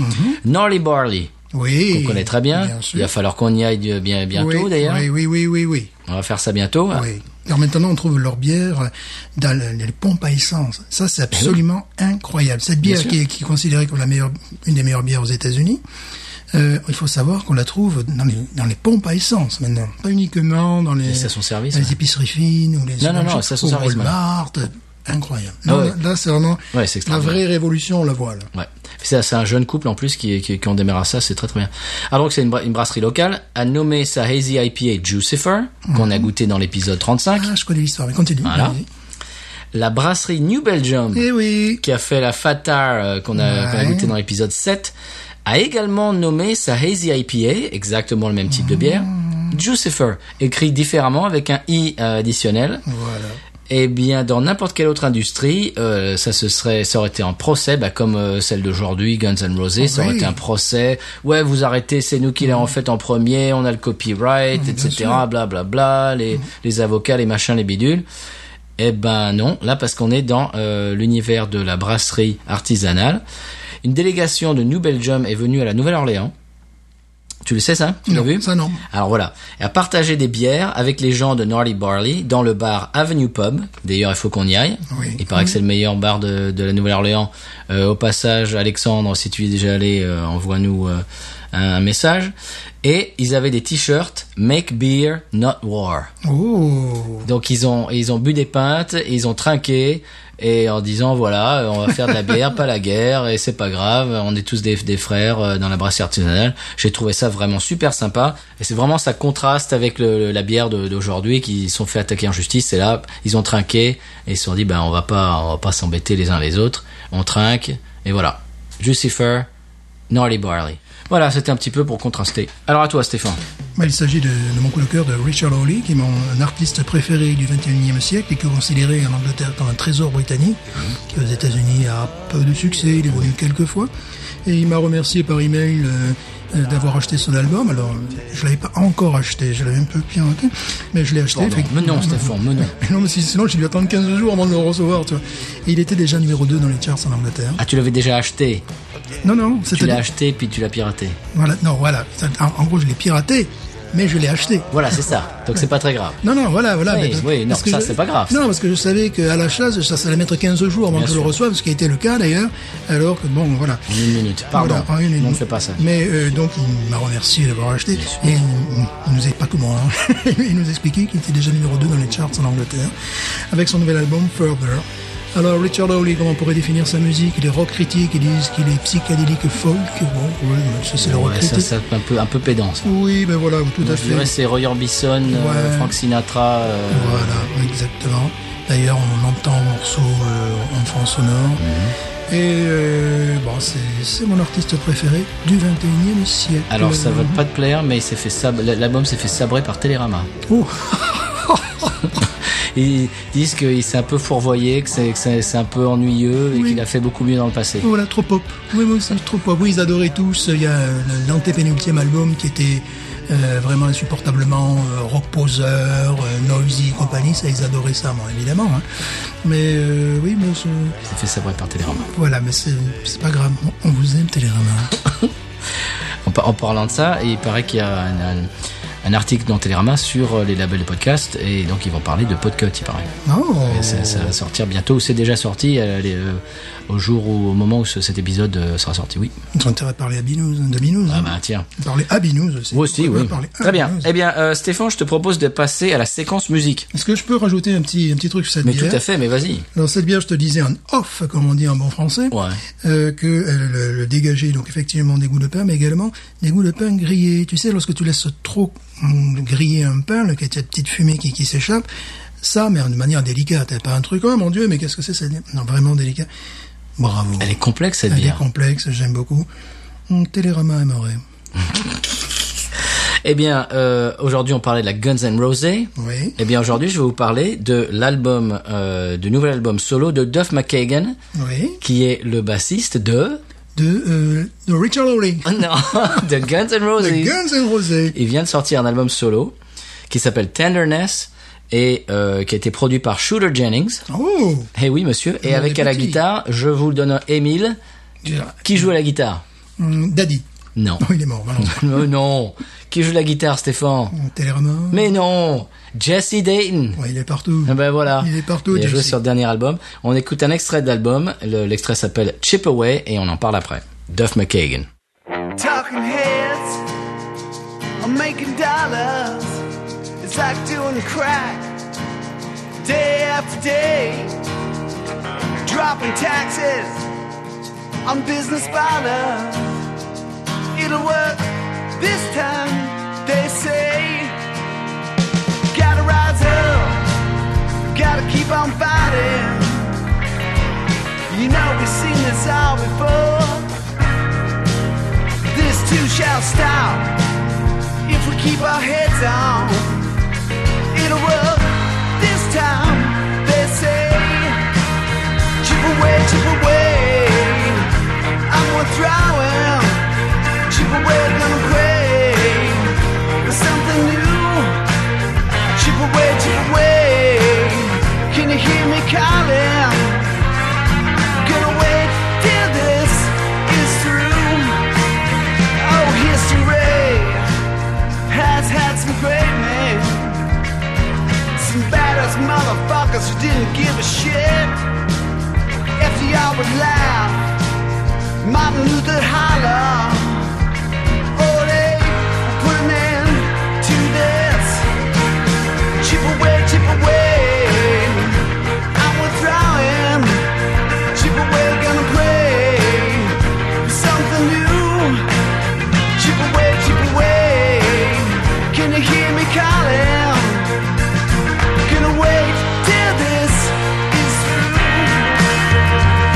S2: Gnarly Barley,
S3: Oui.
S2: qu'on connaît très bien.
S3: Mhm. sûr.
S2: Il va falloir qu'on y aille euh, bien, bientôt,
S3: Oui,
S2: d'ailleurs.
S3: Oui, oui, oui, oui, oui.
S2: On va faire ça bientôt.
S3: Oui. Alors maintenant, on trouve leur bière dans le- les pompes à essence. Ça, c'est absolument incroyable. Cette
S2: Eh Bien
S3: bière
S2: sûr.
S3: qui est, qui est considérée comme la meilleure, une des meilleures bières aux États-Unis, euh, il faut savoir qu'on la trouve dans les, dans les pompes à essence maintenant, pas uniquement dans les,
S2: stations-service,
S3: dans les
S2: ouais.
S3: épiceries fines ou les
S2: Non, non, non,
S3: supermarchés,
S2: stations-service,
S3: ou Walmart. Incroyable. Non,
S2: Ah ouais.
S3: Là, c'est vraiment
S2: Ouais, c'est
S3: la
S2: extraordinaire.
S3: vraie révolution, on la voit là.
S2: Ouais. C'est c'est un jeune couple en plus qui, qui, qui ont démarré ça, c'est très très bien. Alors que c'est une, bra- une brasserie locale, a nommé sa Hazy IPA Jucifer,
S3: Mhm.
S2: qu'on a goûté dans l'épisode 35.
S3: Ah, je connais l'histoire, mais continue.
S2: Voilà.
S3: Vas-y.
S2: La brasserie New Belgium,
S3: Eh oui.
S2: qui a fait la Fatar euh, qu'on a, qu'on a
S3: Ouais.
S2: goûté dans l'épisode 7, a également nommé sa Hazy IPA, exactement le même type de bière,
S3: Mmh.
S2: Jucifer, écrit différemment avec un i euh, additionnel.
S3: Voilà.
S2: Eh bien, dans n'importe quelle autre industrie, euh, ça se serait, ça aurait été un procès, bah, comme euh, celle d'aujourd'hui, Guns N' Roses, ça aurait
S3: Ah Oui. Mm.
S2: été un procès. Ouais, vous arrêtez, c'est nous qui l'avons fait en premier, on a le copyright, etc.
S3: sûr. Mm.
S2: Bla bla bla, les, les avocats, les machins, les bidules. Eh ben non, là parce qu'on est dans euh, l'univers de la brasserie artisanale. Une délégation de New Belgium est venue à la Nouvelle-Orléans Tu le sais ça Tu l'as
S3: Non,
S2: vu
S3: ça, non.
S2: Alors voilà, elle a partagé des bières avec les gens de Gnarly Barley dans le bar Avenue Pub. D'ailleurs, il faut qu'on y aille.
S3: Oui.
S2: Il paraît que c'est le meilleur bar de, de la Nouvelle-Orléans. Euh, au passage, Alexandre, si tu y es déjà allé, euh, envoie-nous euh, un message. Et ils avaient des t-shirts Make Beer, Not War.
S3: Oh.
S2: Donc ils ont ils ont bu des pintes, et ils ont trinqué et en disant voilà on va faire de la bière pas la guerre et c'est pas grave on est tous des, des frères euh, dans la brasserie artisanale j'ai trouvé ça vraiment super sympa et c'est vraiment ça contraste avec le- le- la bière de- d'aujourd'hui qui se sont fait attaquer en justice et là ils ont trinqué et ils se sont dit ben on va pas on va pas s'embêter les uns les autres on trinque et voilà Jucifer Gnarly Barley voilà c'était un petit peu pour contraster alors à toi Stéphane
S3: Bah, il s'agit de, de mon coup de cœur de Richard Hawley, qui est mon artiste préféré du 21e siècle et qui est considéré en Angleterre comme un trésor britannique, qui aux États-Unis a peu de succès, il est venu quelques fois. Et il m'a remercié par email euh, euh, d'avoir acheté son album. Alors, je l'avais pas encore acheté, je l'avais un peu pianoté, mais je l'ai acheté.
S2: Pardon.
S3: effectivement.
S2: mais non Stéphane mais non
S3: Non, mais si- sinon, j'ai dû attendre 15 jours avant de le recevoir, tu vois. Et il était déjà numéro 2 dans les charts en Angleterre.
S2: ah tu l'avais déjà acheté
S3: Non, non,
S2: Tu
S3: c'était.
S2: l'as acheté puis tu l'as piraté.
S3: Voilà, non, voilà. Ça- En, en gros, je l'ai piraté, mais je l'ai acheté.
S2: Voilà, c'est ça. Donc c'est pas très grave.
S3: Non, non, voilà, voilà.
S2: Oui,
S3: mais parce-
S2: oui, non,
S3: parce que
S2: ça,
S3: je-
S2: c'est pas grave.
S3: Non, parce que je savais qu'à l'achat, ça, ça allait mettre 15 jours avant
S2: Bien
S3: que je le
S2: sûr.
S3: reçoive, ce qui a été le cas d'ailleurs. Alors que bon, voilà.
S2: En une minute. Pardon.
S3: Voilà, en une
S2: Non,
S3: minute.
S2: fais pas ça.
S3: Mais euh, donc, il m'a remercié d'avoir acheté. Et il, il nous est pas comment, hein. il nous expliquait qu'il était déjà numéro 2 dans les charts en Angleterre, avec son nouvel album Further. Alors, Richard Hawley, comment on pourrait définir sa musique Il est rock critique, ils disent qu'il est psychédélique folk. Bon, ouais, ça, c'est le rock
S2: Ouais, ça,
S3: critique.
S2: ça un peu, un peu pédant. Ça.
S3: Oui, ben voilà, tout à
S2: Je
S3: fait.
S2: dirais c'est Roy Orbison, euh,
S3: Ouais.
S2: Frank Sinatra. euh,
S3: Voilà, exactement. D'ailleurs, on l'entend en morceaux euh, en fond sonore.
S2: Mhm.
S3: Et euh, bon, c'est c'est mon artiste préféré du 21e siècle.
S2: Alors ça va pas te plaire, mais il s'est fait sab... l'album s'est fait sabrer par Télérama.
S3: Oh,
S2: Ils disent qu'il s'est un peu fourvoyé, que c'est que c'est c'est un peu ennuyeux et
S3: Oui.
S2: qu'il a fait beaucoup mieux dans le passé.
S3: voilà, trop pop. Oui, oui, c'est trop pop. Oui, ils adoraient tous. Il y a euh, l'antépénultième album qui était euh, vraiment insupportablement euh, rock poseur, euh, noisy et compagnie. Ça, ils adoraient ça, bon, évidemment. hein. Mais euh, oui, mais c'est-
S2: Il s'est fait sabrer par Télérama.
S3: voilà, mais c'est c'est pas grave. On vous aime, Télérama.
S2: En, par- en parlant de ça, il paraît qu'il y a un, un- un article dans Télérama sur euh, les labels de podcasts et donc ils vont parler de podcut, il paraît.
S3: Oh.
S2: Et ça, ça va sortir bientôt, ou c'est déjà sorti euh, les, euh, au jour ou au moment où ce- cet épisode euh, sera sorti, oui.
S3: Ils ont intérêt à parler à Binous, de Binous.
S2: Ah
S3: hein.
S2: bah tiens.
S3: Parler à Binous aussi.
S2: Moi aussi,
S3: On peut
S2: oui.
S3: parler à
S2: Très bien.
S3: Binous.
S2: Eh bien, euh, Stéphane, je te propose de passer à la séquence musique.
S3: Est-ce que je peux rajouter un petit, un petit truc sur cette
S2: Mais
S3: bière
S2: tout à fait, mais vas-y.
S3: Alors cette bière, je te disais en off, comme on dit en bon français,
S2: Ouais.
S3: euh, que euh, le, le dégager, donc effectivement des goûts de pain, mais également des goûts de pain grillés. Tu sais, lorsque tu laisses trop hum, griller un pain, là, qu'il y a cette petite fumée qui, qui s'échappe, ça, mais de manière délicate, hein, pas un truc, oh mon Dieu, mais qu'est-ce que c'est ça Non, vraiment délicat. Bravo.
S2: Elle est complexe cette
S3: Elle est
S2: bière.
S3: complexe, j'aime beaucoup. Hum, Télérama aimerait.
S2: Eh bien, euh, aujourd'hui, on parlait de la Guns N' Roses.
S3: Oui.
S2: Eh bien, aujourd'hui, je vais vous parler de l'album, euh, du nouvel album solo de Duff McKagan,
S3: Oui.
S2: qui est le bassiste de
S3: de, euh, de Richard Hawley.
S2: non de Guns N' Roses.
S3: The Guns N' Roses.
S2: Il vient de sortir un album solo qui s'appelle Tenderness et euh, qui a été produit par Shooter Jennings.
S3: Oh
S2: Eh oui, monsieur. Et
S3: Non,
S2: avec
S3: mais
S2: à la
S3: petit.
S2: guitare, je vous le donne Emile. Qui joue à la guitare
S3: Hum, Daddy.
S2: Non.
S3: Oh, il est mort, malheureusement.
S2: Mais non. Qui joue de la guitare, Stéphane
S3: Télérama.
S2: Mais non. Jesse Dayton.
S3: Ouais, il est partout.
S2: Ah ben voilà.
S3: Il est partout,
S2: Il a joué
S3: Jesse.
S2: sur le dernier album. On écoute un extrait de l'album. Le- L'extrait s'appelle Chip Away et on en parle après. Duff McKagan.
S4: Talking heads, I'm making dollars. It's like doing crack day after day. Dropping taxes, I'm business baller. It'll work this time, they say. Gotta rise up, gotta keep on fighting. You know, we've seen this all before. This too shall stop if we keep our heads on. It'll work this time, they say. Chip away, chip away. I'm gonna throw him. Chip away, gonna crave for something new. Chip away, chip away. Can you hear me calling? Gonna wait till this is through. Oh, history those motherfuckers who didn't give a shit. FDR would laugh, Martin Luther holler. Oh, they put an end to this. Chip away, chip away. I'm withdrawing. Chip away, gonna play something new. Chip away, chip away. Can you hear me calling? Gonna wait till this is through.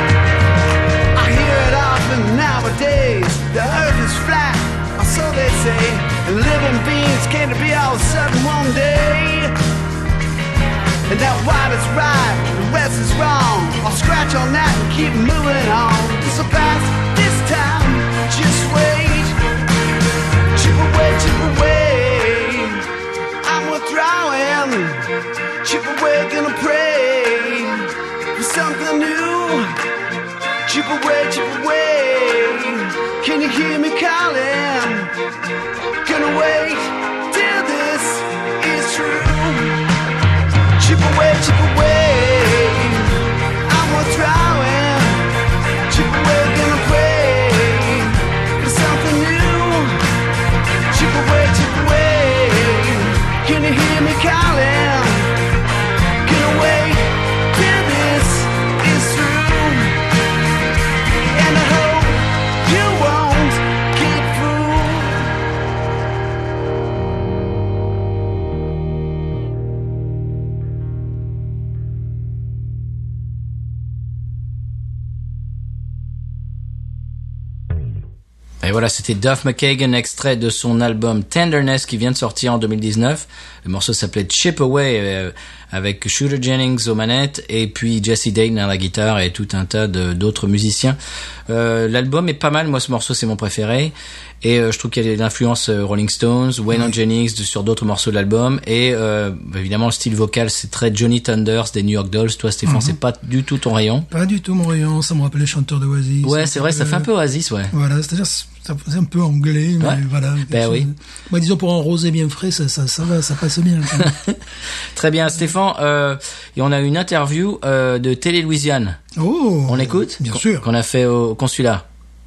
S4: I hear it often nowadays. The earth is flat, or so they say. And living beings came to be all of a sudden one day. And that white is right, the rest is wrong. I'll scratch on that and keep moving on. This will pass this time, just wait. Chip away, chip away. I'm withdrawing. Chip away, gonna pray for something new. Chip away, chip away. Can you hear me calling? Gonna wait till this is true. Chip away, chip away. I'm withdrawing. Chip away, gonna pray for something new. Chip away, chip away. Can you hear me calling? Gonna wait till this is through. And I hope you won't get fooled.
S2: Et voilà, c'était Duff McKagan, extrait de son album Tenderness qui vient de sortir en 2019. Le morceau s'appelait Chip Away euh, avec Shooter Jennings aux manettes et puis Jesse Dane à la guitare et tout un tas de- d'autres musiciens. Euh, L'album est pas mal, moi ce morceau c'est mon préféré et euh, je trouve qu'il y a de l'influence euh, Rolling Stones, Wayne Jennings de- sur d'autres morceaux de l'album et euh, évidemment le style vocal c'est très Johnny Thunders des New York Dolls. Toi Stéphane, c'est pas du tout ton rayon.
S3: Pas du tout mon rayon, ça me rappelle les chanteurs de Oasis.
S2: Ouais, c'est vrai, ça fait un peu Oasis, ouais.
S3: Voilà, c'est-à-dire, c'est c'est un peu anglais, mais
S2: Ouais.
S3: voilà.
S2: Ben
S3: quelque chose-
S2: oui.
S3: Moi, disons, pour un rosé bien frais, ça, ça, ça va, ça passe bien. quoi.
S2: Très bien, Stéphane. Euh, et on a une interview euh, de Télé Louisiane.
S3: oh
S2: On l'écoute
S3: Bien
S2: Qu'on-
S3: sûr.
S2: Qu'on a fait au consulat.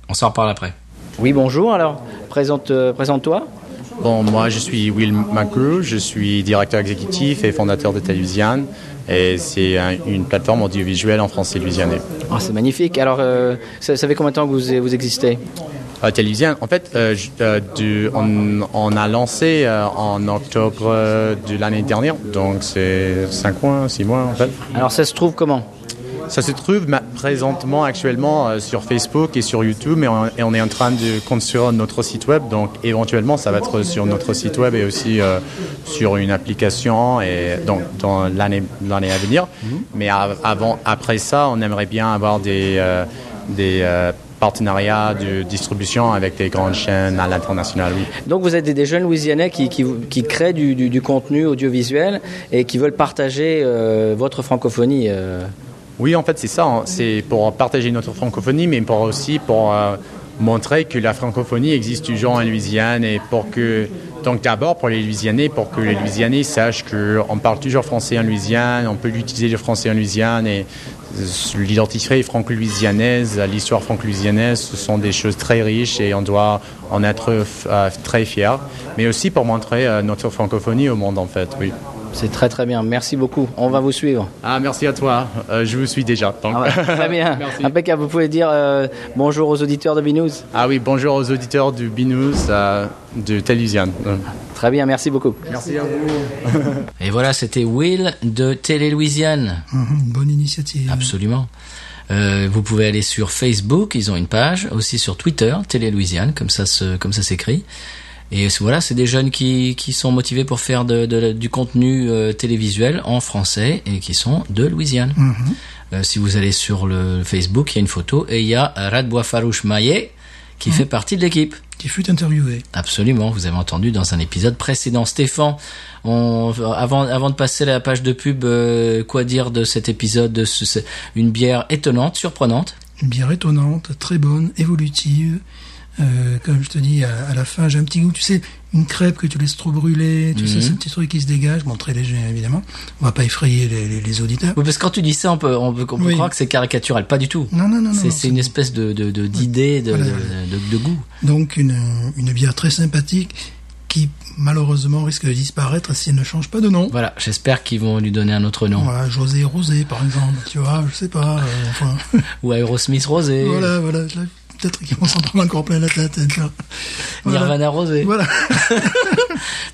S2: On s'en reparle après.
S5: Oui, bonjour. Alors, présente, euh, présente-toi.
S6: Bon, moi je suis Will McCrew, je suis directeur exécutif et fondateur de Télévisiane et c'est un- une plateforme audiovisuelle en français louisianais.
S5: Ah, c'est magnifique. Alors, euh, ça, ça fait combien de temps que vous, vous existez
S6: Euh, Télévisiane, en fait, euh, je- euh, du- on, on a lancé euh, en octobre euh, de l'année dernière, donc c'est 5 mois, 6 mois en fait.
S5: Alors, ça se trouve comment
S6: Ça se trouve ma- présentement, actuellement, euh, sur Facebook et sur YouTube, mais on, et on est en train de construire notre site web. Donc, éventuellement, ça va être sur notre site web et aussi euh, sur une application et donc dans l'année l'année à venir. Mais av- avant, après ça, on aimerait bien avoir des euh, des euh, partenariats de distribution avec des grandes chaînes à l'international. oui.
S5: Donc, vous êtes des, des jeunes Louisianais qui, qui, qui créent du, du- du contenu audiovisuel et qui veulent partager euh, votre francophonie. euh.
S6: Oui, en fait, c'est ça. hein. C'est pour partager notre francophonie, mais pour aussi pour euh, montrer que la francophonie existe toujours en Louisiane et pour que donc d'abord pour les Louisianais, pour que les Louisianais sachent qu'on parle toujours français en Louisiane, on peut l'utiliser le français en Louisiane et euh, l'identité franco-louisianaise, l'histoire franco-louisianaise, ce sont des choses très riches et on doit en être euh, très fiers. Mais aussi pour montrer euh, notre francophonie au monde, en fait. Oui.
S5: C'est très, très bien. Merci beaucoup. On va vous suivre.
S6: Ah, merci à toi. Euh, je vous suis déjà. donc.
S5: Ah ouais, très bien.
S6: Merci.
S5: Impeccable. Vous pouvez dire euh, bonjour aux auditeurs de BNews.
S6: Ah oui, bonjour aux auditeurs du BNews euh, de Télévision.
S5: Très bien. Merci beaucoup.
S2: Et voilà, c'était Will de Télé Louisiane.
S3: Mhm, une bonne initiative.
S2: Ah. Absolument. Euh, vous pouvez aller sur Facebook, ils ont une page, aussi sur Twitter, Télé Louisiane, comme ça se, comme ça s'écrit. Et c- voilà, c'est des jeunes qui, qui sont motivés pour faire de, de- du contenu euh, télévisuel en français et qui sont de Louisiane. Euh, si vous allez sur le Facebook, il y a une photo et il y a Radbois Farouche Maillet qui fait partie de l'équipe.
S3: qui fut interviewé.
S2: Absolument, vous avez entendu dans un épisode précédent. Stéphane, on, avant, avant de passer à la page de pub, euh, quoi dire de cet épisode de ce- ce- Une bière étonnante, surprenante.
S3: Une bière étonnante, très bonne, évolutive. Euh, comme je te dis, à, à la fin, j'ai un petit goût, tu sais, une crêpe que tu laisses trop brûler,
S2: Mhm.
S3: tu sais, ce petit truc qui se dégage, bon, très léger évidemment, on va pas effrayer les, les- les auditeurs.
S2: Oui, parce que quand tu dis ça, on peut, on peut, on peut
S3: Oui.
S2: croire que c'est caricatural. Pas du tout.
S3: Non, non, non, non,
S2: C'est
S3: non,
S2: c'est une espèce de de- de- d'idée, de,
S3: Voilà.
S2: de- de- de goût.
S3: Donc une, une bière très sympathique qui malheureusement risque de disparaître si elle ne change pas de nom.
S2: Voilà, j'espère qu'ils vont lui donner un autre nom.
S3: Voilà, José Rosé par exemple, tu vois, je sais pas, euh, enfin,
S2: Ou Aerosmith Rosé,
S3: voilà, voilà, là, peut-être qu'ils vont s'en prendre encore plein la tête. tu vois. Voilà.
S2: Nirvana Rosé.
S3: Voilà.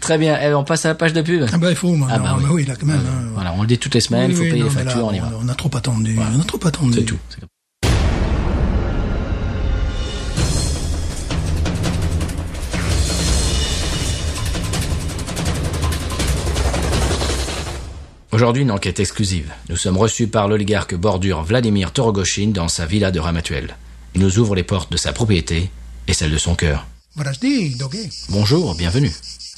S2: Très bien, Eh, on passe à la page de pub.
S3: Ah bah il faut, moi,
S2: Ah
S3: non,
S2: bah oui.
S3: bah oui, là quand même. hein.
S2: Voilà, on le dit toutes les semaines, Ben, il faut
S3: Oui, oui,
S2: payer
S3: non,
S2: les
S3: mais là,
S2: factures, on y va.
S3: on, on a trop attendu, on a trop attendu.
S2: C'est tout. C'est- Aujourd'hui, une enquête exclusive. Nous sommes reçus par l'oligarque bordure Vladimir Torogoshin dans sa villa de Ramatuelle. Il nous ouvre les portes de sa propriété et celle de son cœur.
S3: Voilà, je dis, eh, ok.
S2: Bonjour, bienvenue.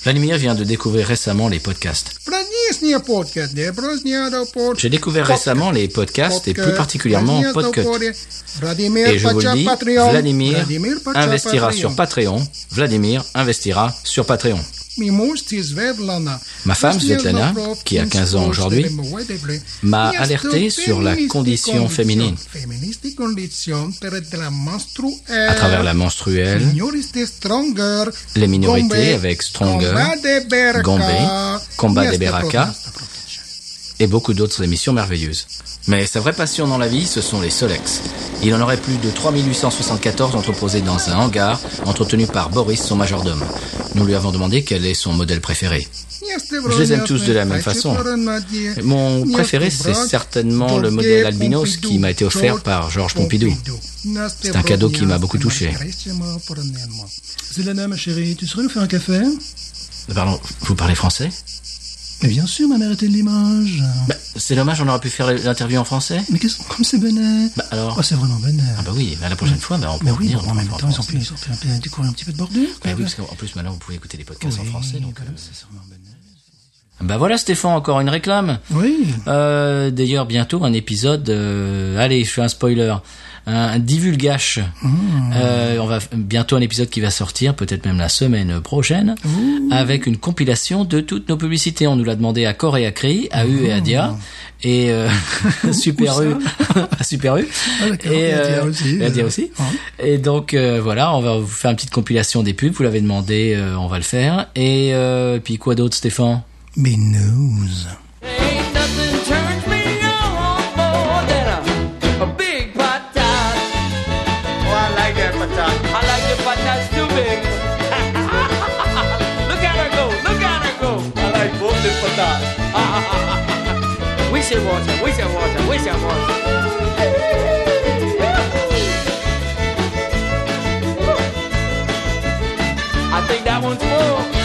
S2: Vladimir vient de découvrir récemment les podcasts. J'ai découvert récemment les podcasts et plus particulièrement Podcut. Et je vous le dis, Vladimir investira sur Patreon. Vladimir investira sur Patreon. Ma femme, Svetlana, qui a 15 ans aujourd'hui, m'a alerté sur la condition féminine. À travers la menstruelle, les minorités avec Stronger, Gombe, Combat des Beraka et beaucoup d'autres émissions merveilleuses. Mais sa vraie passion dans la vie, ce sont les Solex. Il en aurait plus de 3874 entreposés dans un hangar, entretenu par Boris, son majordome. Nous lui avons demandé quel est son modèle préféré.
S4: Je les aime tous de la même façon.
S2: Mon préféré, c'est certainement le modèle albinos qui m'a été offert par Georges Pompidou.
S4: C'est un cadeau qui m'a beaucoup touché.
S3: Zelana, ma chérie, tu saurais nous faire un café
S2: Pardon, vous parlez français
S3: Mais bien sûr, ma mère était de Limoges.
S2: Bah, C'est dommage, on aurait pu faire l'interview en français
S3: Mais qu'est-ce comme c'est bonheur
S2: Bah, alors
S3: Oh, c'est vraiment bonheur.
S2: Ah bah oui, bah, la prochaine fois, bah, on peut
S3: Mais oui,
S2: dire.
S3: bon, en même
S2: en
S3: temps, ils ont
S2: français.
S3: pu, ils ont fait un peu découvrir un petit peu de bordure.
S2: Bah oui, parce qu'en plus maintenant vous pouvez écouter les podcasts en
S3: Oui,
S2: français. Donc,
S3: voilà,
S2: euh,
S3: c'est vraiment bonheur.
S2: Bah voilà Stéphane, encore une réclame.
S3: Oui,
S2: Euh, D'ailleurs bientôt un épisode. euh, Allez, je fais un spoiler. Un divulgache.
S3: Mmh.
S2: Euh, on va f- bientôt un épisode qui va sortir, peut-être même la semaine prochaine,
S3: Mmh.
S2: avec une compilation de toutes nos publicités. On nous l'a demandé à Corée, à Cri, à U
S3: Mmh.
S2: et à Dia, et euh, Super U, à Super U,
S3: Ah, d'accord, et à Dia aussi,
S2: et à Dia
S3: euh,
S2: aussi.
S3: ouais.
S2: Et donc euh, voilà, on va vous faire une petite compilation des pubs. Vous l'avez demandé, euh, on va le faire. Et euh, puis quoi d'autre, Stéphane
S3: mais news.
S7: Ain't nothing turns me on more than a, a big patat. Oh, I like that patat. I like the patats too big. look at her go, look at her go. I like both the patats. we should watch her, we should watch her, we should watch her. I think that one's full.